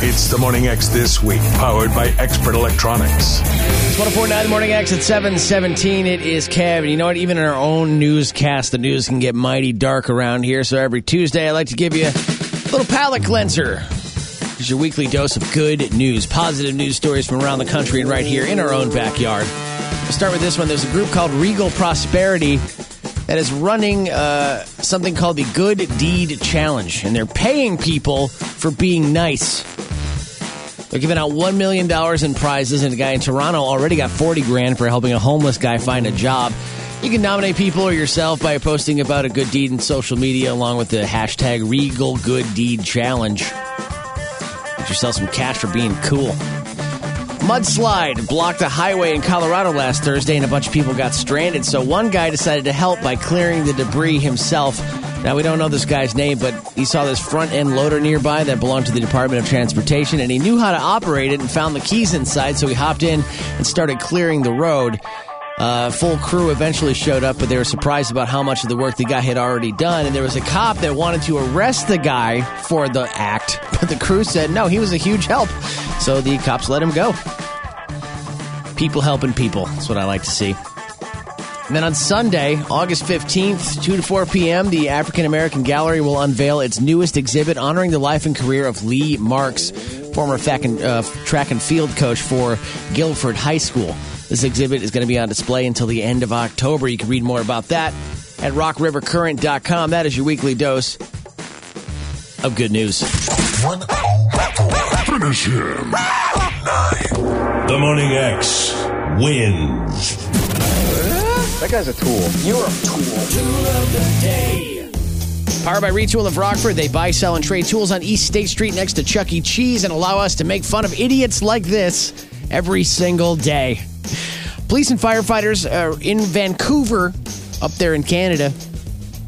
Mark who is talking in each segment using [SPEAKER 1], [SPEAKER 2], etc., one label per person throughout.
[SPEAKER 1] It's the Morning X this week, powered by Expert Electronics.
[SPEAKER 2] It's 1049 Morning X at 717. It is Kev. And you know what? Even in our own newscast, the news can get mighty dark around here. So every Tuesday, I like to give you a little palate cleanser. It's your weekly dose of good news, positive news stories from around the country and right here in our own backyard. We'll start with this one. There's a group called Regal Prosperity that is running uh, something called the Good Deed Challenge, and they're paying people for being nice. They're giving out $1 million in prizes, and a guy in Toronto already got 40 grand for helping a homeless guy find a job. You can nominate people or yourself by posting about a good deed in social media along with the hashtag Regal Good Deed Challenge. Get yourself some cash for being cool. Mudslide blocked a highway in Colorado last Thursday, and a bunch of people got stranded. So one guy decided to help by clearing the debris himself. Now, we don't know this guy's name, but he saw this front end loader nearby that belonged to the Department of Transportation, and he knew how to operate it and found the keys inside, so he hopped in and started clearing the road. Uh, full crew eventually showed up, but they were surprised about how much of the work the guy had already done. And there was a cop that wanted to arrest the guy for the act, but the crew said no, he was a huge help. So the cops let him go. People helping people. That's what I like to see. And then on Sunday, August 15th, 2 to 4 p.m., the African American Gallery will unveil its newest exhibit honoring the life and career of Lee Marks, former fac- uh, track and field coach for Guilford High School. This exhibit is going to be on display until the end of October. You can read more about that at rockrivercurrent.com. That is your weekly dose of good news.
[SPEAKER 1] Finish him. The Morning X wins.
[SPEAKER 3] That guy's a tool.
[SPEAKER 2] Powered by Retool of Rockford, they buy, sell, and trade tools on East State Street next to Chuck E. Cheese and allow us to make fun of idiots like this every single day. Police and firefighters uh, in Vancouver, up there in Canada,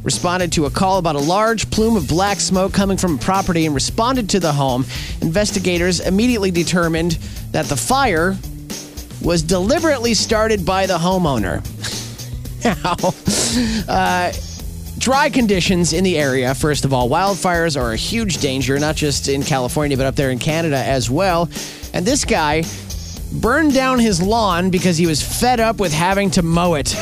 [SPEAKER 2] responded to a call about a large plume of black smoke coming from a property and responded to the home. Investigators immediately determined that the fire was deliberately started by the homeowner. Now, uh, dry conditions in the area. First of all, wildfires are a huge danger, not just in California, but up there in Canada as well. And this guy burned down his lawn because he was fed up with having to mow it.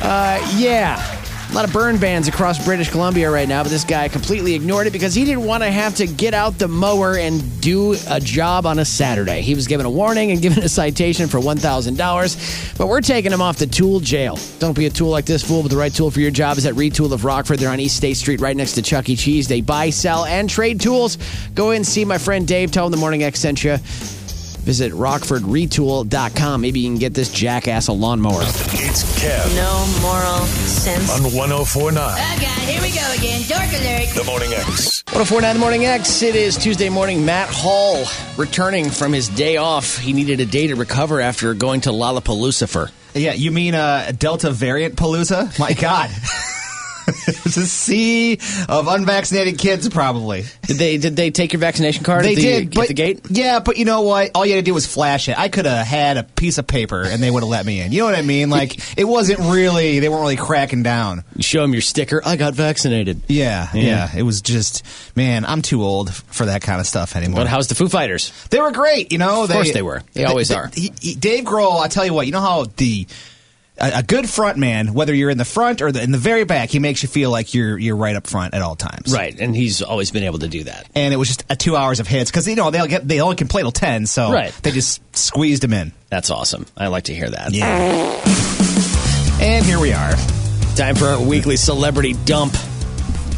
[SPEAKER 2] Uh, yeah. A lot of burn bans across British Columbia right now, but this guy completely ignored it because he didn't want to have to get out the mower and do a job on a Saturday. He was given a warning and given a citation for $1,000, but we're taking him off the tool jail. Don't be a tool like this fool, but the right tool for your job is at Retool of Rockford. They're on East State Street right next to Chuck E. Cheese. They buy, sell, and trade tools. Go in and see my friend Dave. Tell him the Morning X sent you. Visit rockfordretool.com. Maybe you can get this jackass a lawnmower.
[SPEAKER 1] It's Kev
[SPEAKER 4] No moral sense.
[SPEAKER 1] on 1049.
[SPEAKER 4] Oh God, here we go again. Dork alert.
[SPEAKER 1] The Morning X.
[SPEAKER 2] 1049 The Morning X. It is Tuesday morning. Matt Hall returning from his day off. He needed a day to recover after going to Lollapalooza.
[SPEAKER 5] Yeah, you mean uh, Delta variant Palooza? My God. it's a sea of unvaccinated kids, probably.
[SPEAKER 2] Did they did they take your vaccination card
[SPEAKER 5] They
[SPEAKER 2] at the,
[SPEAKER 5] did,
[SPEAKER 2] at
[SPEAKER 5] but
[SPEAKER 2] the gate?
[SPEAKER 5] yeah, but you know what? All you had to do was flash it. I could have had a piece of paper, and they would have let me in. You know what I mean? Like it wasn't really. They weren't really cracking down.
[SPEAKER 2] You show him your sticker. I got vaccinated.
[SPEAKER 5] Yeah,
[SPEAKER 2] Yeah.
[SPEAKER 5] yeah. It was just, man, I'm too old for that kind of stuff anymore.
[SPEAKER 2] But how's the Foo Fighters?
[SPEAKER 5] They were great, you know. Of
[SPEAKER 2] course they were. They always are.
[SPEAKER 5] He, he- Dave Grohl, I tell you what, you know how the a, a good front man, whether you're in the front or the, in the very back, he makes you feel like you're you're right up front at all times.
[SPEAKER 2] Right, and he's always been able to do that.
[SPEAKER 5] And it was just a two hours of hits because you know they'll get they only can play till ten, so
[SPEAKER 2] Right.
[SPEAKER 5] they just squeezed him in.
[SPEAKER 2] That's awesome. I like to hear that.
[SPEAKER 5] Yeah. And here we are.
[SPEAKER 2] Time for our weekly celebrity dump.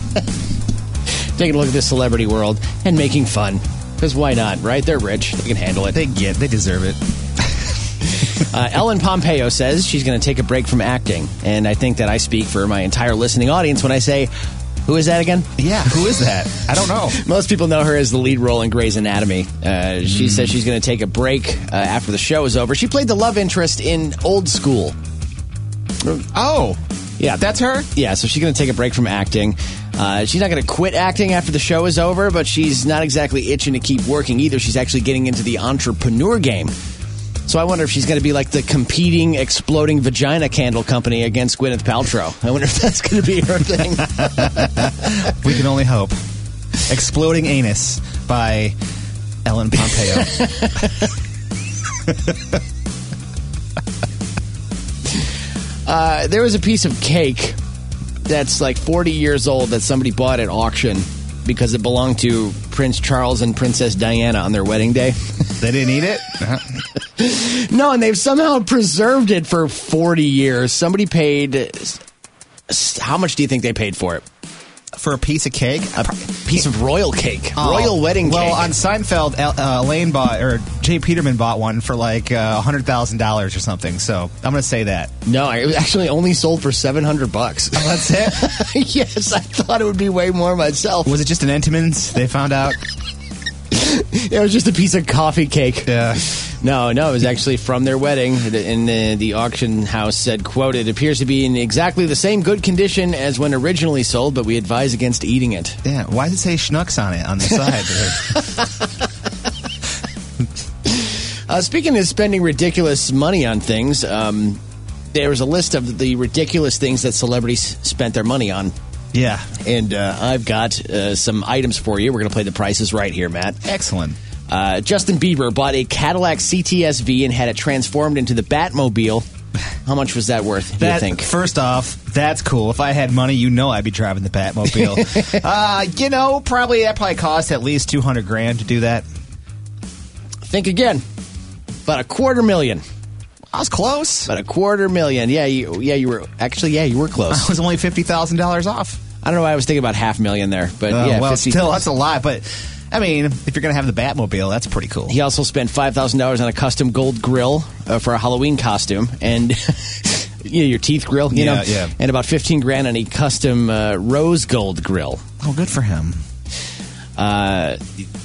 [SPEAKER 2] Taking a look at the celebrity world and making fun. Because why not, right? They're rich. They can handle it.
[SPEAKER 5] They get they deserve it.
[SPEAKER 2] Uh, Ellen Pompeo says she's going to take a break from acting, and I think that I speak for my entire listening audience when I say, "Who is that again?"
[SPEAKER 5] Yeah. Who is that? I don't know.
[SPEAKER 2] Most people know her as the lead role in Grey's Anatomy. Uh, she says she's going to take a break uh, after the show is over. She played the love interest in Old School.
[SPEAKER 5] Oh.
[SPEAKER 2] Yeah,
[SPEAKER 5] That's her.
[SPEAKER 2] yeah. So she's going to take a break from acting. Uh, she's not going to quit acting after the show is over, but she's not exactly itching to keep working either. She's actually getting into the entrepreneur game. So I wonder if she's going to be like the competing exploding vagina candle company against Gwyneth Paltrow. I wonder if that's going to be her thing.
[SPEAKER 5] We We can only hope. Exploding Anus by Ellen Pompeo.
[SPEAKER 2] Uh, there was a piece of cake that's like 40 years old that somebody bought at auction because it belonged to Prince Charles and Princess Diana on their wedding day.
[SPEAKER 5] they didn't eat it?
[SPEAKER 2] no, and they've somehow preserved it for 40 years. Somebody paid. s- How much do you think they paid for it?
[SPEAKER 5] For a piece of cake?
[SPEAKER 2] A piece of royal cake, royal wedding
[SPEAKER 5] Oh. Well,
[SPEAKER 2] cake.
[SPEAKER 5] on Seinfeld, El- uh, Elaine bought or Jay Peterman bought one for like uh, hundred thousand dollars or something. So I'm gonna say that.
[SPEAKER 2] no, it was actually only sold for 700 bucks.
[SPEAKER 5] That's it.
[SPEAKER 2] yes, I thought it would be way more myself.
[SPEAKER 5] Was it just an Entenmann's? They found out.
[SPEAKER 2] It was just a piece of coffee cake.
[SPEAKER 5] Yeah.
[SPEAKER 2] No, no, it was actually from their wedding, and the, the auction house said, "quote It appears to be in exactly the same good condition as when originally sold, but we advise against eating it."
[SPEAKER 5] Yeah. Why does it say schnucks on it on the side?
[SPEAKER 2] Uh, speaking of spending ridiculous money on things, um, there was a list of the ridiculous things that celebrities spent their money on,
[SPEAKER 5] yeah.
[SPEAKER 2] and uh, I've got uh, some items for you. We're going to play the prices right here, Matt.
[SPEAKER 5] Excellent.
[SPEAKER 2] Uh, Justin Bieber bought a Cadillac CTSV and had it transformed into the Batmobile. How much was that worth? do you
[SPEAKER 5] That,
[SPEAKER 2] think?
[SPEAKER 5] First off, that's cool. If I had money, you know I'd be driving the Batmobile. uh, you know, probably that probably cost at least two hundred grand to do that.
[SPEAKER 2] Think again. About a quarter million.
[SPEAKER 5] I was close.
[SPEAKER 2] About a quarter million. Yeah, you, yeah, you were actually. Yeah, you were
[SPEAKER 5] I
[SPEAKER 2] close.
[SPEAKER 5] was only fifty thousand dollars off.
[SPEAKER 2] I don't know why I was thinking about half million there, but
[SPEAKER 5] Uh,
[SPEAKER 2] yeah,
[SPEAKER 5] well,
[SPEAKER 2] 50
[SPEAKER 5] still, that's a lot. But I mean, if you're gonna have the Batmobile, that's pretty cool.
[SPEAKER 2] He also spent five thousand dollars on a custom gold grill uh, for a Halloween costume and. You know, your teeth grill, you
[SPEAKER 5] Yeah,
[SPEAKER 2] know,
[SPEAKER 5] yeah.
[SPEAKER 2] and about fifteen grand on a custom uh, rose gold grill.
[SPEAKER 5] Oh, good for him.
[SPEAKER 2] Uh,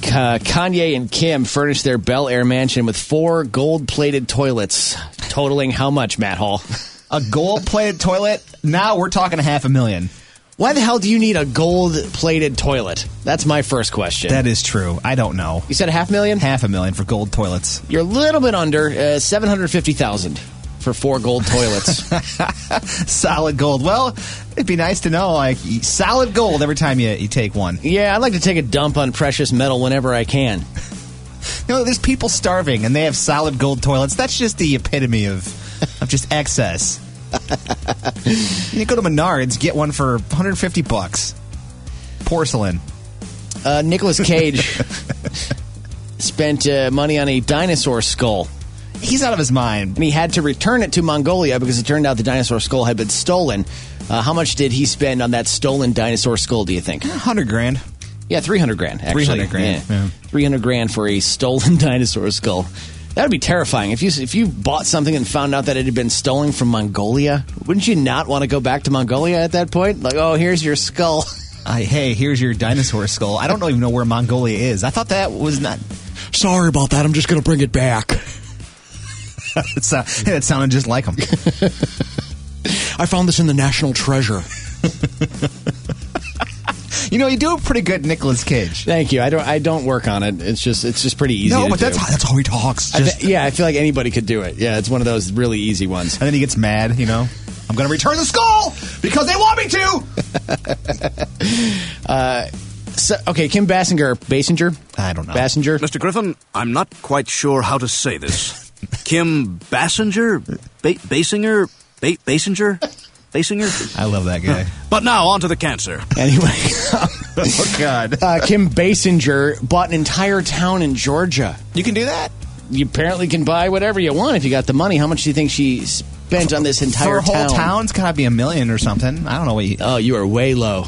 [SPEAKER 2] Ka- Kanye and Kim furnished their Bel Air mansion with four gold-plated toilets, totaling how much? Matt Hall.
[SPEAKER 5] A gold-plated toilet. Now we're talking a half a million.
[SPEAKER 2] Why the hell do you need a gold-plated toilet? That's my first question.
[SPEAKER 5] That is true. I don't know.
[SPEAKER 2] you said a half million.
[SPEAKER 5] Half a million for gold toilets.
[SPEAKER 2] You're a little bit under uh, seven hundred fifty thousand for four gold toilets.
[SPEAKER 5] Solid gold. Well, it'd be nice to know, like solid gold every time you, you take one. You
[SPEAKER 2] yeah, I like to take a dump on precious metal whenever I can.
[SPEAKER 5] know, there's people starving and they have solid gold toilets. That's just the epitome of of just excess. you go to Menards, get one for 150 bucks. Porcelain.
[SPEAKER 2] Uh, Nicholas Cage spent uh, money on a dinosaur skull,
[SPEAKER 5] He's out of his mind.
[SPEAKER 2] and he had to return it to Mongolia because it turned out the dinosaur skull had been stolen. Uh, how much did he spend on that stolen dinosaur skull? Do you think?
[SPEAKER 5] 100 grand.
[SPEAKER 2] Yeah, three hundred grand. Actually,
[SPEAKER 5] 300 grand, yeah.
[SPEAKER 2] three hundred grand for a stolen dinosaur skull. That would be terrifying. If you if you bought something and found out that it had been stolen from Mongolia, wouldn't you not want to go back to Mongolia at that point? Like, oh, here's your skull.
[SPEAKER 5] I, hey, here's your dinosaur skull. I don't even know where Mongolia is. I thought that was not.
[SPEAKER 2] Sorry about that. I'm just gonna bring it back.
[SPEAKER 5] It's, uh, it sounded just like him.
[SPEAKER 2] I found this in the National Treasure.
[SPEAKER 5] you know, you do a pretty good Nicolas Cage.
[SPEAKER 2] Thank you. I don't I don't work on it. It's just it's just pretty easy.
[SPEAKER 5] No,
[SPEAKER 2] to
[SPEAKER 5] but
[SPEAKER 2] do.
[SPEAKER 5] that's that's how he talks.
[SPEAKER 2] I fe-
[SPEAKER 5] Just,
[SPEAKER 2] yeah, I feel like anybody could do it. Yeah, it's one of those really easy ones.
[SPEAKER 5] and then he gets mad. You know, I'm gonna return the skull because they want me to.
[SPEAKER 2] So, okay, Kim Bassinger, Basinger.
[SPEAKER 5] I don't know.
[SPEAKER 2] Bassinger.
[SPEAKER 6] Mr. Griffin, I'm not quite sure how to say this. Kim Bassinger? Ba- Basinger? Ba- Basinger? Basinger?
[SPEAKER 5] I love that guy.
[SPEAKER 6] But now, on to the cancer.
[SPEAKER 2] Anyway,
[SPEAKER 5] oh God,
[SPEAKER 2] uh, Kim Basinger bought an entire town in Georgia.
[SPEAKER 5] you can do that.
[SPEAKER 2] You apparently can buy whatever you want if you got the money. How much do you think she spent on this entire
[SPEAKER 5] Her whole town's gotta be a million or something. I don't know what you.
[SPEAKER 2] Oh, you are way low.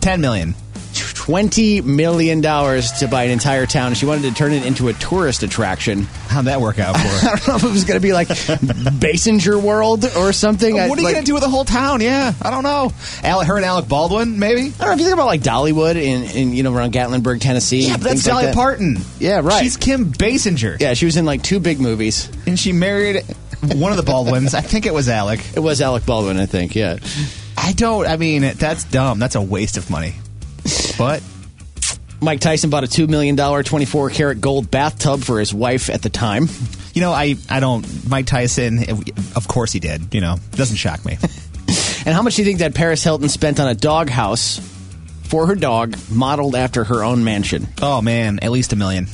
[SPEAKER 5] Ten million.
[SPEAKER 2] Twenty million dollars to buy an entire town. She wanted to turn it into a tourist attraction.
[SPEAKER 5] How'd that work out for?
[SPEAKER 2] I
[SPEAKER 5] her?
[SPEAKER 2] don't know if it was going to be like Basinger World or something. I-
[SPEAKER 5] what are you
[SPEAKER 2] like-
[SPEAKER 5] gonna do with the whole town? Yeah, I don't know. Ale her and Alec Baldwin, maybe.
[SPEAKER 2] I don't know if you think about like Dollywood in, in you know around Gatlinburg, Tennessee.
[SPEAKER 5] Yeah, but that's
[SPEAKER 2] things like
[SPEAKER 5] Dolly
[SPEAKER 2] that.
[SPEAKER 5] Parton.
[SPEAKER 2] Yeah, right.
[SPEAKER 5] She's Kim Basinger.
[SPEAKER 2] Yeah, she was in like two big movies.
[SPEAKER 5] and she married one of the Baldwins. I think it was Alec.
[SPEAKER 2] It was Alec Baldwin, I think. Yeah,
[SPEAKER 5] I don't. I mean, that's dumb. That's a waste of money. But
[SPEAKER 2] Mike Tyson bought a two million dollar twenty four karat gold bathtub for his wife at the time.
[SPEAKER 5] you know, I I don't. Mike Tyson. Of course he did. You know, doesn't shock me.
[SPEAKER 2] And how much do you think that Paris Hilton spent on a doghouse for her dog, modeled after her own mansion.
[SPEAKER 5] Oh man, at least a million.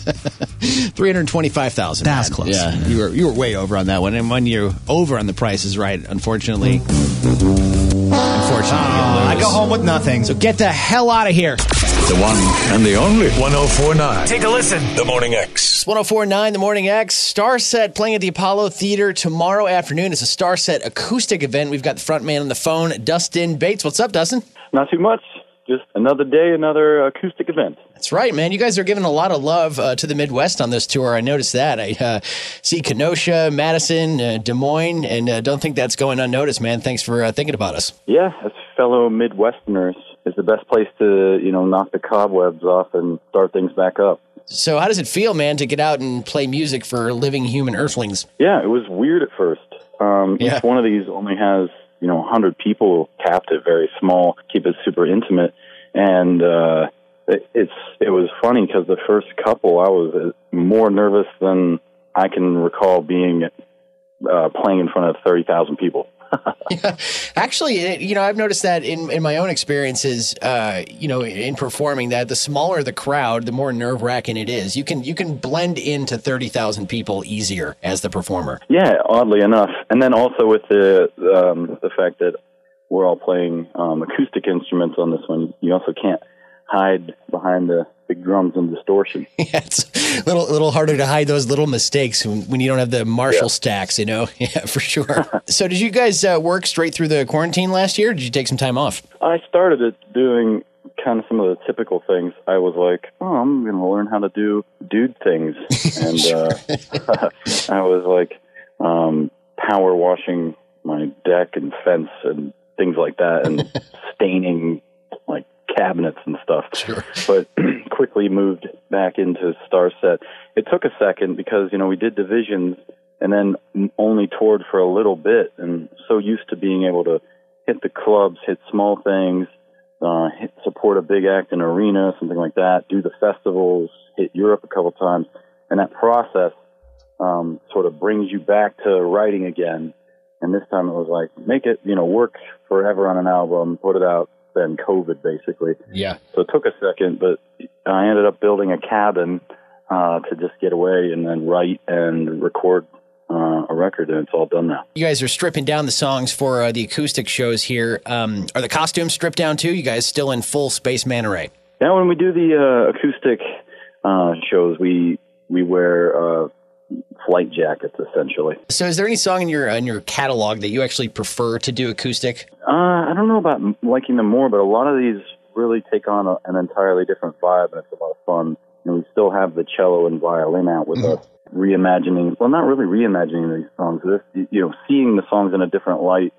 [SPEAKER 2] Three hundred twenty-five thousand.
[SPEAKER 5] That's close.
[SPEAKER 2] Yeah, you were you were way over on that one, and when you're over on the Price is Right, unfortunately, unfortunately, you
[SPEAKER 5] I
[SPEAKER 2] lose.
[SPEAKER 5] go home with nothing.
[SPEAKER 2] So get the hell out of here.
[SPEAKER 1] The one and the only 1049.
[SPEAKER 7] Take a listen.
[SPEAKER 1] The Morning X.
[SPEAKER 2] 1049 The Morning X, Star Set playing at the Apollo Theater tomorrow afternoon. It's a Star Set acoustic event. We've got the front man on the phone, Dustin Bates. What's up, Dustin?
[SPEAKER 8] Not too much. Just another day, another acoustic event.
[SPEAKER 2] That's right, man. You guys are giving a lot of love uh, to the Midwest on this tour. I noticed that. I uh, see Kenosha, Madison, uh, Des Moines, and uh, don't think that's going unnoticed, man. Thanks for uh, thinking about us.
[SPEAKER 8] Yeah, as fellow Midwesterners, it's the best place to, you know, knock the cobwebs off and start things back up.
[SPEAKER 2] So, how does it feel, man, to get out and play music for living human earthlings?
[SPEAKER 8] Yeah, it was weird at first. Um,
[SPEAKER 2] Yeah.
[SPEAKER 8] Each one of these only has, you know, 100 people captive, very small, keep it super intimate. And uh, it, it's it was funny because the first couple, I was uh, more nervous than I can recall being uh, playing in front of 30,000 people.
[SPEAKER 2] Actually, it- you know, I've noticed that in, in my own experiences, uh, you know, in performing that, the smaller the crowd, the more nerve wracking it is. You can you can blend into thirty thousand people easier as the performer.
[SPEAKER 8] Yeah, oddly enough, and then also with the um, the fact that we're all playing um, acoustic instruments on this one, you also can't hide behind the big drums and distortion.
[SPEAKER 2] yeah, it's a little little harder to hide those little mistakes when, when you don't have the Marshall stacks. You know, yeah, for sure. so, did you guys uh, work straight through the quarantine last year? Or did you take some time off?
[SPEAKER 8] I started it doing kind of some of the typical things. I was like, "Oh, I'm going to learn how to do dude things," and uh, I was like, um, power washing my deck and fence and things like that, and staining like cabinets and stuff.
[SPEAKER 2] Sure.
[SPEAKER 8] But quickly moved back into Star Set. It took a second because you know we did divisions and then only toured for a little bit, and so used to being able to hit the clubs, hit small things, uh, hit, support a big act in arena, something like that, do the festivals, hit Europe a couple times. And that process um, sort of brings you back to writing again. And this time it was like, make it, you know, work forever on an album, put it out, then COVID basically.
[SPEAKER 2] Yeah.
[SPEAKER 8] So it took a second, but I ended up building a cabin uh, to just get away and then write and record uh, a record, and it's all done now.
[SPEAKER 2] You guys are stripping down the songs for uh, the acoustic shows here. Um, are the costumes stripped down too? You guys still in full space man array?
[SPEAKER 8] Now, when we do the uh, acoustic uh, shows, we we wear uh, flight jackets essentially.
[SPEAKER 2] So, is there any song in your uh, in your catalog that you actually prefer to do acoustic?
[SPEAKER 8] Uh, I don't know about m- liking them more, but a lot of these really take on a, an entirely different vibe, and it's a lot of fun. And we still have the cello and violin out with us, reimagining. Well, not really reimagining these songs. This, you know, seeing the songs in a different light.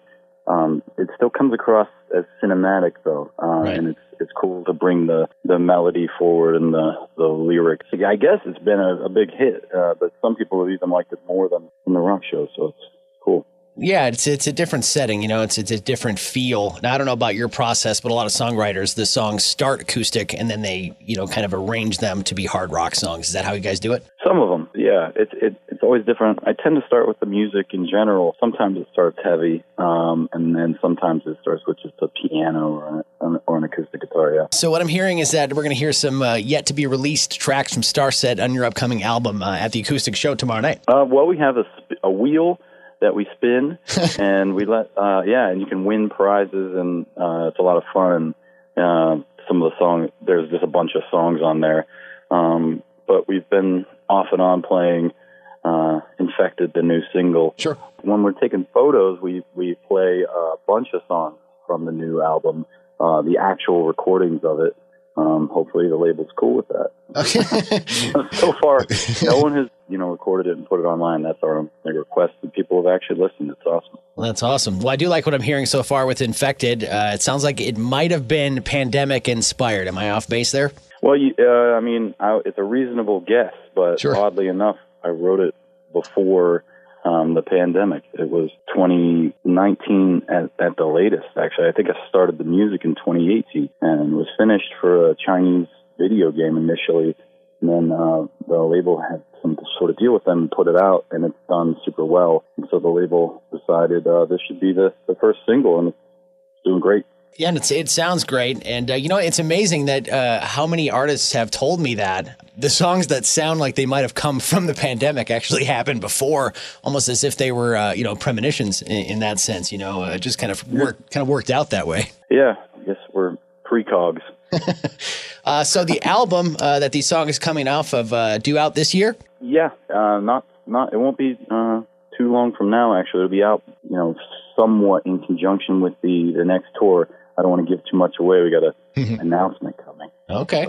[SPEAKER 8] Um, it still comes across as cinematic, though, uh, and it's it's cool to bring the the melody forward and the the lyrics. I guess it's been a, a big hit, uh, but some people have even liked it more than in the rock show, so it's cool.
[SPEAKER 2] Yeah, it's it's a different setting, you know. It's it's a different feel. Now, I don't know about your process, but a lot of songwriters, the songs start acoustic and then they you know kind of arrange them to be hard rock songs. Is that how you guys do it?
[SPEAKER 8] Some of them, yeah. It's it, it's always different. I tend to start with the music in general. Sometimes it starts heavy, um, and then sometimes it starts with just a piano or an, or an acoustic guitar. Yeah.
[SPEAKER 2] So what I'm hearing is that we're going to hear some uh, yet to be released tracks from Starset on your upcoming album uh, at the acoustic show tomorrow night.
[SPEAKER 8] Uh, well, we have a sp- a wheel that we spin, and we let uh, yeah, and you can win prizes, and uh, it's a lot of fun. And uh, some of the song there's just a bunch of songs on there, um, but we've been off and on playing. Uh, infected the new single.
[SPEAKER 2] Sure.
[SPEAKER 8] When we're taking photos, we we play a bunch of songs from the new album, uh, the actual recordings of it. Um, hopefully, the label's cool with that so far, no one has you know recorded it and put it online. That's our big request, and people have actually listened. It's awesome.
[SPEAKER 2] Well, that's awesome. Well, I do like what I'm hearing so far with Infected. Uh, it sounds like it might have been pandemic inspired. Am I off base there?
[SPEAKER 8] Well, you, uh, I mean, I, it's a reasonable guess, but
[SPEAKER 2] Sure.
[SPEAKER 8] oddly enough, I wrote it before um, the pandemic. It was 2019 at, at the latest. Actually, I think I started the music in 2018 and was finished for a Chinese video game initially. And then uh, the label had some sort of deal with them and put it out, and it's done super well. And so the label decided uh, this should be the, the first single, and it's doing great.
[SPEAKER 2] Yeah, and it's, it sounds great. And, uh, you know, it's amazing that uh, how many artists have told me that the songs that sound like they might have come from the pandemic actually happened before, almost as if they were, uh, you know, premonitions in, in that sense, you know, uh, just kind of work, kind of worked out that way.
[SPEAKER 8] Yeah, I guess we're precogs.
[SPEAKER 2] Uh, so the album uh, that these songs is coming off of uh, due out this year.
[SPEAKER 8] Yeah, uh, not not. It won't be uh, too long from now. Actually, it'll be out. You know, somewhat in conjunction with the the next tour. I don't want to give too much away. We got an announcement coming
[SPEAKER 2] Okay.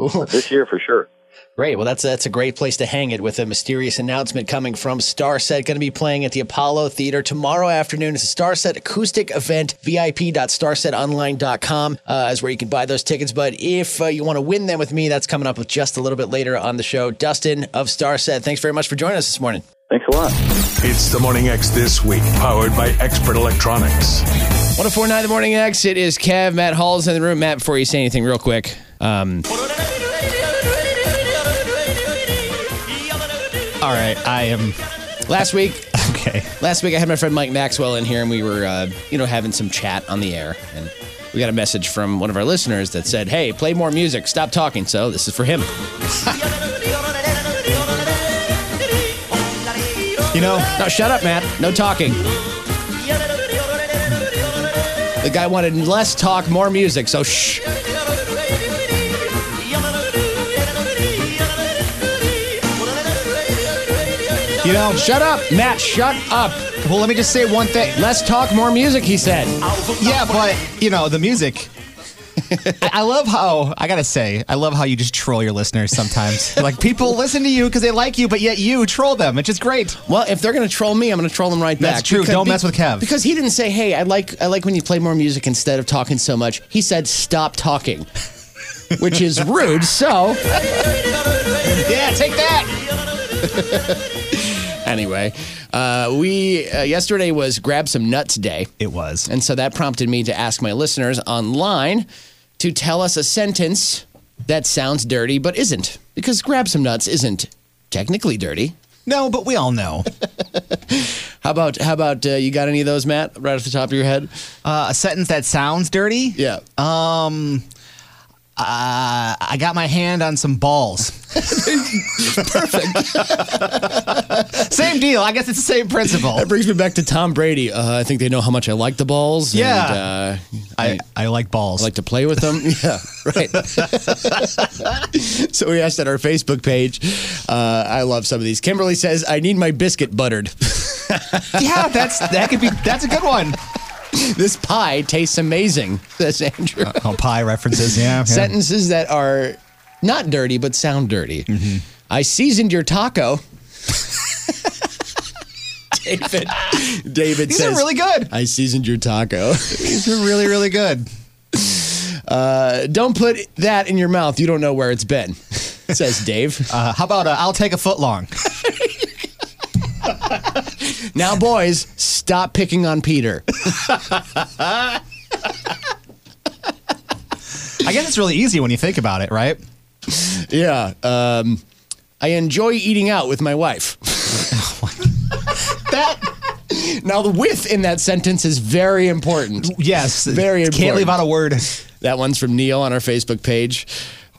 [SPEAKER 2] Ooh,
[SPEAKER 8] this year for sure.
[SPEAKER 2] Great. Well, that's that's a great place to hang it with a mysterious announcement coming from Starset. Going to be playing at the Apollo Theater tomorrow afternoon. It's a Starset acoustic event. VIP.starsetonline.com uh, is where you can buy those tickets. But if uh, you want to win them with me, that's coming up just a little bit later on the show. Dustin of Starset, thanks very much for joining us this morning.
[SPEAKER 8] Thanks a lot.
[SPEAKER 1] It's the Morning X this week, powered by Expert Electronics.
[SPEAKER 2] 1049 The Morning X. It is Cav. Matt Hall's in the room. Matt, before you say anything, real quick. Um,
[SPEAKER 5] All right, I am
[SPEAKER 2] last week,
[SPEAKER 5] okay.
[SPEAKER 2] Last week, I had my friend Mike Maxwell in here, and we were, uh, you know, having some chat on the air, and we got a message from one of our listeners that said, "Hey, play more music. Stop talking." So this is for him.
[SPEAKER 5] You know,
[SPEAKER 2] No, shut up, Matt. No talking. The guy wanted less talk, more music. So shh.
[SPEAKER 5] you know.
[SPEAKER 2] Shut up, Matt. Shut up.
[SPEAKER 5] Well, let me just say one thing.
[SPEAKER 2] Less talk, more music. He said.
[SPEAKER 5] Yeah, but you know the music. I I love how I gotta say I love how you just troll your listeners sometimes. like people listen to you because they like you, but yet you troll them, which is great.
[SPEAKER 2] Well, if they're gonna troll me, I'm gonna troll them right back.
[SPEAKER 5] That's true. Don't mess with Kev.
[SPEAKER 2] Because he didn't say, "Hey, I like I like when you play more music instead of talking so much." He said, "Stop talking," which is rude. So, yeah, take that. anyway, uh, we uh, yesterday was grab some nuts day.
[SPEAKER 5] It was.
[SPEAKER 2] And so that prompted me to ask my listeners online to tell us a sentence that sounds dirty but isn't. Because grab some nuts isn't technically dirty.
[SPEAKER 5] No, but we all know
[SPEAKER 2] How about how about uh, you got any of those, Matt? Right off the top of your head?
[SPEAKER 5] uh, a sentence that sounds dirty.
[SPEAKER 2] Yeah.
[SPEAKER 5] Um. Uh, I got my hand on some balls. Perfect. same deal. I guess it's the same principle.
[SPEAKER 2] That brings me back to Tom Brady. Uh, I think they know how much I like the balls.
[SPEAKER 5] Yeah.
[SPEAKER 2] And, uh, I,
[SPEAKER 5] I, I like balls.
[SPEAKER 2] like to play with them. yeah. Right. so we asked on our Facebook page. Uh, I love some of these. Kimberly says, "I need my biscuit buttered."
[SPEAKER 5] yeah, that's that could be. That's a good one.
[SPEAKER 2] this pie tastes amazing. Says Andrew.
[SPEAKER 5] Oh, pie references. Yeah. yeah.
[SPEAKER 2] Sentences that are not dirty but sound dirty. I seasoned your taco. David. David
[SPEAKER 5] These
[SPEAKER 2] says,
[SPEAKER 5] are really good.
[SPEAKER 2] I seasoned your taco.
[SPEAKER 5] These are really, really good.
[SPEAKER 2] Uh, don't put that in your mouth. You don't know where it's been, says Dave.
[SPEAKER 5] Uh, how about uh, I'll take a foot long?
[SPEAKER 2] now, boys, stop picking on Peter.
[SPEAKER 5] I guess it's really easy when you think about it, right?
[SPEAKER 2] yeah. Um, I enjoy eating out with my wife.
[SPEAKER 5] Oh,
[SPEAKER 2] that. Now, the with in that sentence is very important.
[SPEAKER 5] Yes,
[SPEAKER 2] Very important.
[SPEAKER 5] Can't leave out a word.
[SPEAKER 2] That one's from Neil on our Facebook page.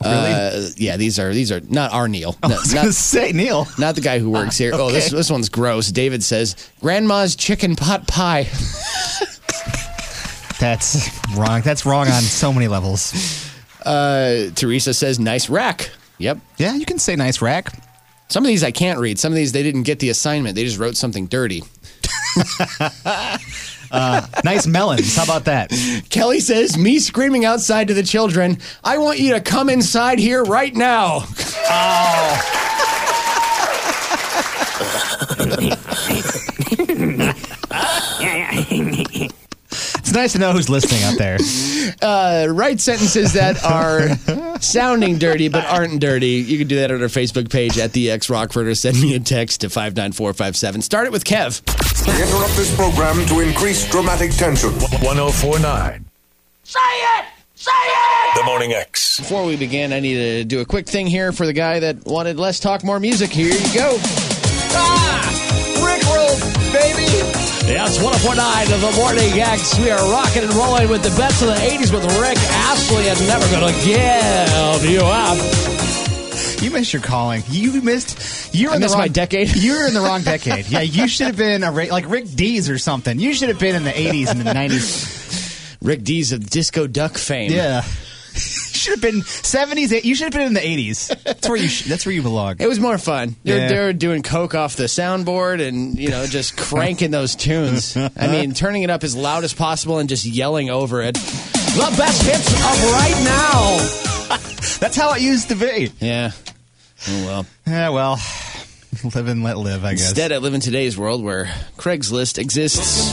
[SPEAKER 5] Really?
[SPEAKER 2] Uh, yeah, these are these are not our Neil.
[SPEAKER 5] I
[SPEAKER 2] No,
[SPEAKER 5] was
[SPEAKER 2] not,
[SPEAKER 5] gonna say Neil.
[SPEAKER 2] not the guy who works here. Oh, this
[SPEAKER 5] okay.
[SPEAKER 2] this one's gross. David says, "Grandma's chicken pot pie."
[SPEAKER 5] That's wrong. That's wrong on so many levels.
[SPEAKER 2] Uh, Teresa says, "Nice rack." Yep.
[SPEAKER 5] Yeah, you can say nice rack.
[SPEAKER 2] Some of these I can't read. Some of these they didn't get the assignment. They just wrote something dirty.
[SPEAKER 5] Nice melons. How about that?
[SPEAKER 2] Kelly says, "Me screaming outside to the children, I want you to come inside here right now."
[SPEAKER 5] It's nice to know who's listening out there.
[SPEAKER 2] uh, write sentences that are sounding dirty but aren't dirty. You can do that on our Facebook page at the X Rockford or send me a text to 59457. Start it with Kev.
[SPEAKER 7] Interrupt this program to increase dramatic tension.
[SPEAKER 1] 1049.
[SPEAKER 9] Say it! Say it!
[SPEAKER 1] The Morning X.
[SPEAKER 2] Before we begin, I need to do a quick thing here for the guy that wanted less talk, more music. Here you go. Ah! Rickroll, baby! Yes, 1049 of the Morning X. We are rocking and rolling with the best of the 80s with Rick Astley and Never Gonna Give You Up.
[SPEAKER 5] You missed your calling. You missed. You're
[SPEAKER 2] I
[SPEAKER 5] in
[SPEAKER 2] missed
[SPEAKER 5] the wrong
[SPEAKER 2] my decade?
[SPEAKER 5] You're in the wrong decade. Yeah, you should have been a ra- like Rick Dees or something. You should have been in the '80s and the '90s.
[SPEAKER 2] Rick D's of Disco Duck fame.
[SPEAKER 5] Yeah, you should have been '70s. eight- You should have been in the '80s. That's where you. Sh- that's where you belong.
[SPEAKER 2] It was more fun. They were,
[SPEAKER 5] Yeah.
[SPEAKER 2] they were doing coke off the soundboard and you know just cranking those tunes. I mean, turning it up as loud as possible and just yelling over it. The best hits of right now.
[SPEAKER 5] That's how it used to be.
[SPEAKER 2] Yeah. Oh well.
[SPEAKER 5] Yeah, well, live and let live. I guess.
[SPEAKER 2] Instead, I live in today's world where Craigslist exists.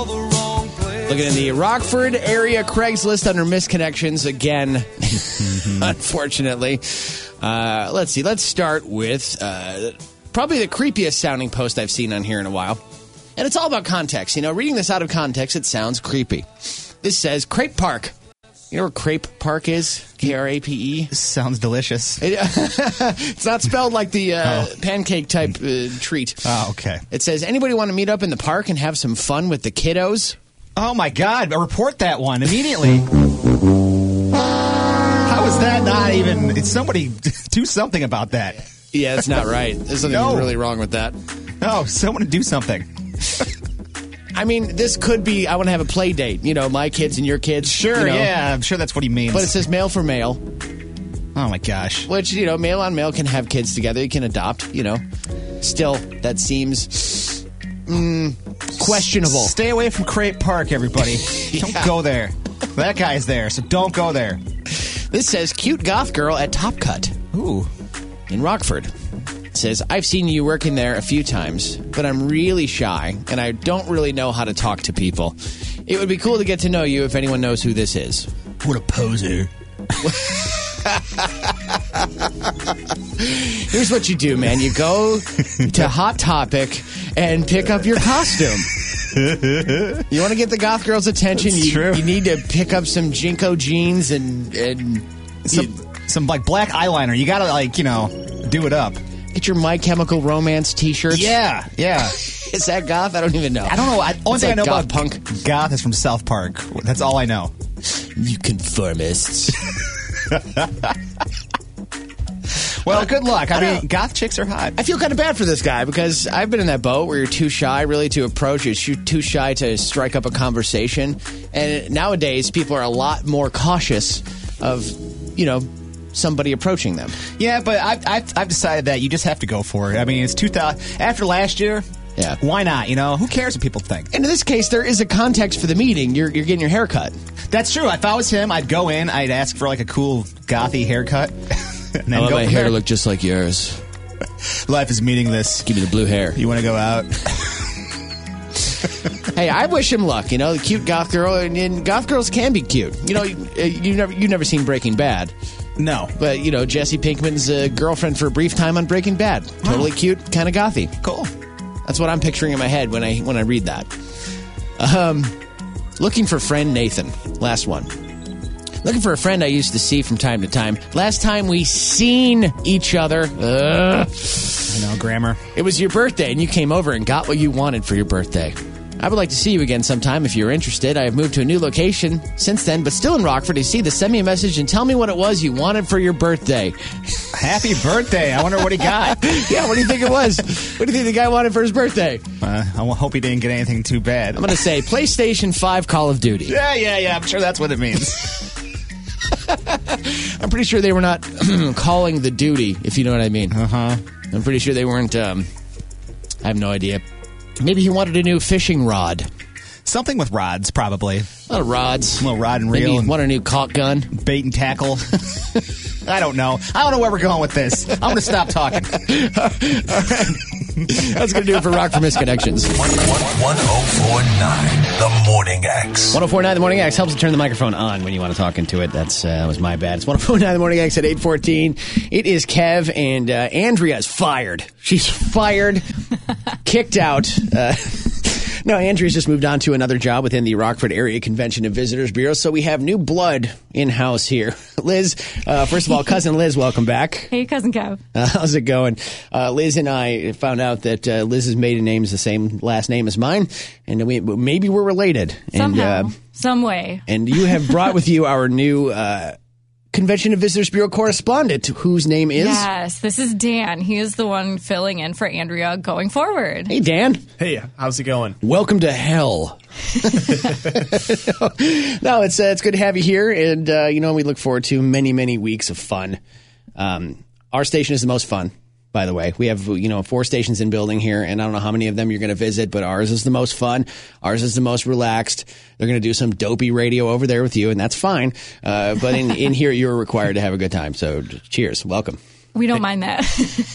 [SPEAKER 2] Looking in the Rockford area Craigslist under misconnections again, unfortunately. Uh, let's see. Let's start with uh, probably the creepiest sounding post I've seen on here in a while. And it's all about context. You know, reading this out of context, it sounds creepy. This says Crepe Park. You know where Crepe Park is? K R A P E?
[SPEAKER 5] sounds delicious.
[SPEAKER 2] It- it's not spelled like the uh,
[SPEAKER 5] Oh.
[SPEAKER 2] pancake type uh, treat.
[SPEAKER 5] Oh, okay.
[SPEAKER 2] It says, anybody want to meet up in the park and have some fun with the kiddos?
[SPEAKER 5] Oh my God! Report that one immediately. How is that not even? It's somebody do something about that.
[SPEAKER 2] Yeah, it's not right. There's something
[SPEAKER 5] No.
[SPEAKER 2] really wrong with that.
[SPEAKER 5] Oh, someone do something.
[SPEAKER 2] I mean, this could be, I want to have a play date. You know, my kids and your kids. you know.
[SPEAKER 5] yeah, I'm sure that's what he means.
[SPEAKER 2] But it says male for male,
[SPEAKER 5] oh my gosh,
[SPEAKER 2] which, you know, male on male can have kids together. You can adopt, you know. Still, that seems mm, questionable.
[SPEAKER 5] stay away from Crate Park, everybody. Don't go there. That guy's there, so don't go there.
[SPEAKER 2] This says cute goth girl at Top Cut.
[SPEAKER 5] Ooh,
[SPEAKER 2] in Rockford. Says, I've seen you working there a few times, but I'm really shy and I don't really know how to talk to people. It would be cool to get to know you if anyone knows who this is.
[SPEAKER 5] what a poser.
[SPEAKER 2] Here's what you do, man. You go to Hot Topic and pick up your costume. You want to get the goth girl's attention,
[SPEAKER 5] That's
[SPEAKER 2] you,
[SPEAKER 5] true.
[SPEAKER 2] you need to pick up some Jinko jeans and, and
[SPEAKER 5] Some, some like black eyeliner. You gotta like you know do it up.
[SPEAKER 2] get your My Chemical Romance t shirts.
[SPEAKER 5] Yeah, yeah.
[SPEAKER 2] Is that goth? I don't even know.
[SPEAKER 5] I don't know. I, only
[SPEAKER 2] It's
[SPEAKER 5] thing I
[SPEAKER 2] like
[SPEAKER 5] know
[SPEAKER 2] goth
[SPEAKER 5] about
[SPEAKER 2] punk.
[SPEAKER 5] goth is from South Park. That's all I know.
[SPEAKER 2] You conformists.
[SPEAKER 5] Well, good luck. I,
[SPEAKER 2] don't-
[SPEAKER 5] mean, goth chicks are hot.
[SPEAKER 2] I feel kind of bad for this guy because I've been in that boat where you're too shy, really, to approach. You're too- too shy to strike up a conversation. And nowadays, people are a lot more cautious of, you know, somebody approaching them.
[SPEAKER 5] Yeah, but I've, I've, I've decided that you just have to go for it. I mean, it's 2000. After last year,
[SPEAKER 2] Yeah.
[SPEAKER 5] why not? You know, who cares what people think?
[SPEAKER 2] And in this case, there is a context for the meeting. You're, you're getting your hair cut.
[SPEAKER 5] That's true. If I was him, I'd go in, I'd ask for like a cool gothy haircut. and then go from there.
[SPEAKER 2] just like yours.
[SPEAKER 5] Life is meaningless.
[SPEAKER 2] Give me the blue hair.
[SPEAKER 5] You want to go out?
[SPEAKER 2] Hey, I wish him luck. You know, the cute goth girl, and, and goth girls can be cute. You know, you, uh, you never you never seen Breaking Bad,
[SPEAKER 5] No.
[SPEAKER 2] but you know Jesse Pinkman's uh, girlfriend for a brief time on Breaking Bad. Totally cute, kind of gothy.
[SPEAKER 5] Cool.
[SPEAKER 2] That's what I'm picturing in my head when I when I read that. Um, looking for friend Nathan. Last one. Looking for a friend I used to see from time to time. Last time we seen each other, ugh,
[SPEAKER 5] You know, grammar.
[SPEAKER 2] it was your birthday, and you came over and got what you wanted for your birthday. I would like to see you again sometime if you're interested. I have moved to a new location since then, but still in Rockford. If you see this, send me a message and tell me what it was you wanted for your birthday.
[SPEAKER 5] Happy birthday. I wonder what he got.
[SPEAKER 2] yeah, what do you think it was? what do you think the guy wanted for his birthday?
[SPEAKER 5] Uh, I hope he didn't get anything too bad.
[SPEAKER 2] I'm going to say PlayStation 5 Call of Duty.
[SPEAKER 5] yeah, yeah, yeah. I'm sure that's what it means.
[SPEAKER 2] I'm pretty sure they were not calling the duty, if you know what I mean. Uh huh. I'm pretty sure they weren't. Um, I have no idea. Maybe he wanted a new fishing rod.
[SPEAKER 5] Something with rods, probably.
[SPEAKER 2] A lot of rods.
[SPEAKER 5] Well, rod and
[SPEAKER 2] Maybe
[SPEAKER 5] reel
[SPEAKER 2] he
[SPEAKER 5] and-
[SPEAKER 2] wanted a new caulk gun.
[SPEAKER 5] Bait and tackle. I don't know. I don't know where we're going with this. I'm going to stop talking.
[SPEAKER 2] That's going to do it for Rock for
[SPEAKER 1] 1049
[SPEAKER 2] Misconnections.
[SPEAKER 1] The Morning X.
[SPEAKER 2] 1049 The Morning X helps you turn the microphone on when you want to talk into it. That's uh, that was my bad. It's 1049 The Morning X at 814. It is Kev, and uh, Andrea is fired. She's fired, kicked out. Uh, No, Andrea's just moved on to another job within the Rockford Area Convention and Visitors Bureau, so we have new blood in house here. Liz, uh, first of all, cousin Liz, welcome back.
[SPEAKER 10] Hey, cousin Kev.
[SPEAKER 2] Uh, how's it going? Uh, Liz and I found out that uh, Liz's maiden name is the same last name as mine, and we maybe we're related.
[SPEAKER 10] Somehow,
[SPEAKER 2] And, uh,
[SPEAKER 10] some way.
[SPEAKER 2] and you have brought with you our new uh, Convention and Visitors Bureau correspondent, whose name is.
[SPEAKER 10] Yes, this is Dan. He is the one filling in for Andrea going forward.
[SPEAKER 2] Hey, Dan.
[SPEAKER 11] Hey, how's it going?
[SPEAKER 2] Welcome to hell. no, it's uh, it's good to have you here, and uh, you know we look forward to many many weeks of fun. Um, our station is the most fun, by the way. We have you know four stations in building here, and I don't know how many of them you're going to visit, but ours is the most fun. Ours is the most relaxed. They're going to do some dopey radio over there with you, and that's fine. Uh, but in in here, you're required to have a good time. So cheers, welcome.
[SPEAKER 10] We don't mind that.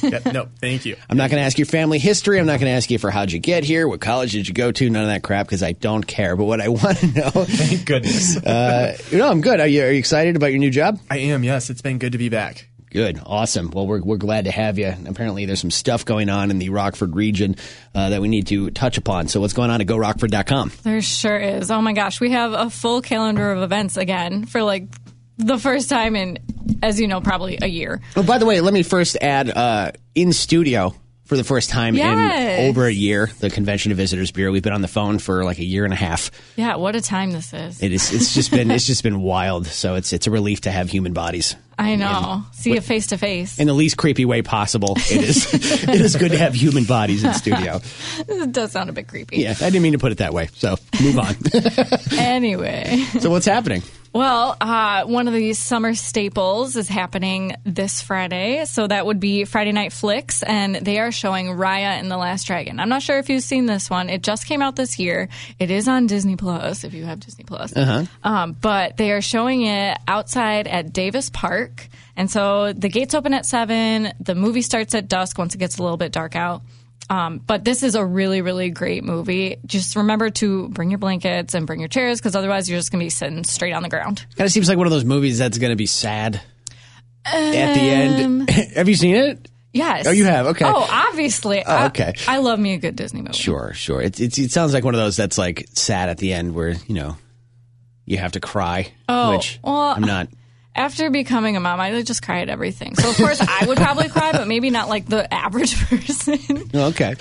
[SPEAKER 11] no, thank you.
[SPEAKER 2] I'm not going to ask your family history. I'm not going to ask you for how'd you get here, what college did you go to, none of that crap because I don't care. But what I want to know, thank
[SPEAKER 11] goodness.
[SPEAKER 2] uh, you know, I'm good. Are you, are you excited about your new job?
[SPEAKER 11] I am. Yes, it's been good to be back.
[SPEAKER 2] Good, awesome. Well, we're we're glad to have you. Apparently, there's some stuff going on in the Rockford region uh, that we need to touch upon. So, what's going on at GoRockford.com?
[SPEAKER 10] There sure is. Oh my gosh, we have a full calendar of events again for like the first time in, as you know, probably a year.
[SPEAKER 2] Oh, by the way, let me first add uh, in studio for the first time
[SPEAKER 10] Yes.
[SPEAKER 2] in over a year. The Convention and Visitors Bureau. We've been on the phone for like a year and a half.
[SPEAKER 10] Yeah, what a time this is.
[SPEAKER 2] It is. It's just been. it's just been wild. So it's it's a relief to have human bodies.
[SPEAKER 10] I know. See you face to face.
[SPEAKER 2] in the least creepy way possible. It is it is good to have human bodies in studio.
[SPEAKER 10] It does sound a bit creepy.
[SPEAKER 2] Yeah, I didn't mean to put it that way. So move on.
[SPEAKER 10] Anyway.
[SPEAKER 2] so what's happening?
[SPEAKER 10] Well, uh, one of the summer staples is happening this Friday. So that would be Friday Night Flicks, and they are showing Raya and the Last Dragon. I'm not sure if you've seen this one. It just came out this year. It is on Disney Plus, if you have Disney Plus.
[SPEAKER 2] Uh-huh.
[SPEAKER 10] Um, but they are showing it outside at Davis Park. And so the gates open at 7. The movie starts at dusk once it gets a little bit dark out. Um, but this is a really, really great movie. Just remember to bring your blankets and bring your chairs because otherwise you're just going to be sitting straight on the ground.
[SPEAKER 2] Kind of seems like one of those movies that's going to be sad at the end. have you seen it?
[SPEAKER 10] Yes.
[SPEAKER 2] Oh, you have? Okay.
[SPEAKER 10] Oh, obviously.
[SPEAKER 2] Oh, okay.
[SPEAKER 10] I, I love me a good Disney movie.
[SPEAKER 2] Sure, sure. It, it it sounds like one of those that's like sad at the end where you know you have to cry.
[SPEAKER 10] Oh,
[SPEAKER 2] which
[SPEAKER 10] well,
[SPEAKER 2] I'm not.
[SPEAKER 10] After becoming a mom, I just cry at everything. So, of course, I would probably cry, but maybe not like the average person.
[SPEAKER 2] Oh, Okay.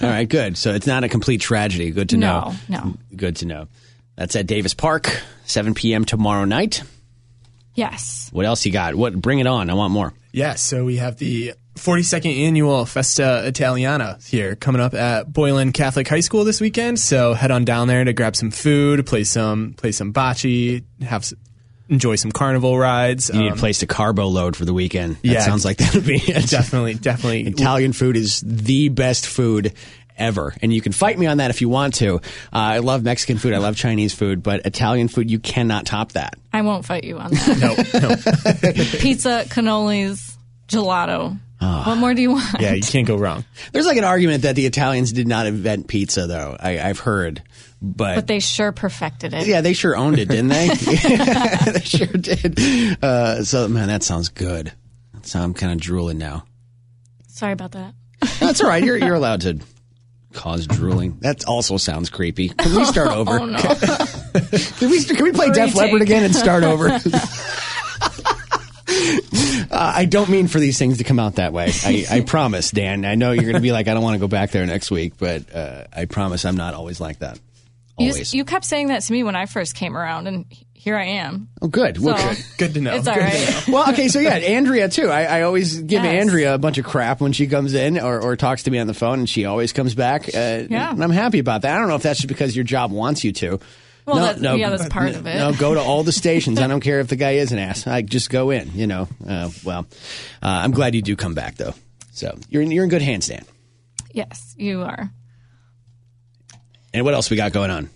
[SPEAKER 2] All right. Good. So it's not a complete tragedy. Good to know.
[SPEAKER 10] No, no.
[SPEAKER 2] Good to know. That's at Davis Park, 7 p.m. tomorrow night.
[SPEAKER 10] yes.
[SPEAKER 2] What else you got? What? Bring it on. I want more.
[SPEAKER 11] Yeah, so we have the 42nd annual Festa Italiana here coming up at Boylan Catholic High School this weekend. So head on down there to grab some food, play some play some bocce, have s- enjoy some carnival rides.
[SPEAKER 2] You need
[SPEAKER 11] Um,
[SPEAKER 2] a place to carbo load for the weekend. That
[SPEAKER 11] Yeah.
[SPEAKER 2] sounds like that'll be it.
[SPEAKER 11] definitely, definitely.
[SPEAKER 2] Italian food is the best food ever. And you can fight me on that if you want to. Uh, I love Mexican food. I love Chinese food, but Italian food, you cannot top that.
[SPEAKER 10] I won't fight you on that.
[SPEAKER 11] no, no.
[SPEAKER 10] Pizza, cannolis, gelato.
[SPEAKER 2] Ah.
[SPEAKER 10] what more do you want?
[SPEAKER 11] Yeah, you can't go wrong.
[SPEAKER 2] There's like an argument that the Italians did not invent pizza, though. I, I've heard, but.
[SPEAKER 10] But they sure perfected it.
[SPEAKER 2] yeah, they sure owned it, didn't they? they sure did. Uh, so, man, that sounds good. So I'm kind of drooling now.
[SPEAKER 10] Sorry about that.
[SPEAKER 2] That's all right. You're you're allowed to cause drooling. That also sounds creepy. Can we start over?
[SPEAKER 10] Oh, no.
[SPEAKER 2] can we can we play Def
[SPEAKER 10] Retake.
[SPEAKER 2] Leppard again and start over? uh, I don't mean for these things to come out that way. I, I promise, Dan. I know you're going to be like, I don't want to go back there next week, but uh, I promise I'm not always like that.
[SPEAKER 10] You,
[SPEAKER 2] Always.
[SPEAKER 10] you kept saying that to me when I first came around, and here I am.
[SPEAKER 2] oh, good. Well,
[SPEAKER 10] So-
[SPEAKER 2] good.
[SPEAKER 11] Good to know.
[SPEAKER 10] It's all
[SPEAKER 11] Good to
[SPEAKER 10] right.
[SPEAKER 11] know.
[SPEAKER 2] well, okay, so yeah, Andrea too. I, I always give
[SPEAKER 10] Yes.
[SPEAKER 2] Andrea a bunch of crap when she comes in or, or talks to me on the phone, and she always comes back. Uh,
[SPEAKER 10] Yeah.
[SPEAKER 2] and I'm happy about that. I don't know if that's just because your job wants you to.
[SPEAKER 10] Well, that's- yeah, that's part of it.
[SPEAKER 2] No, go to all the stations. I don't care if the guy is an ass. I just go in. You know. Uh, well, uh, I'm glad you do come back though. So you're in, you're in good hands, Dan.
[SPEAKER 10] Yes, you are.
[SPEAKER 2] And what else we got going on?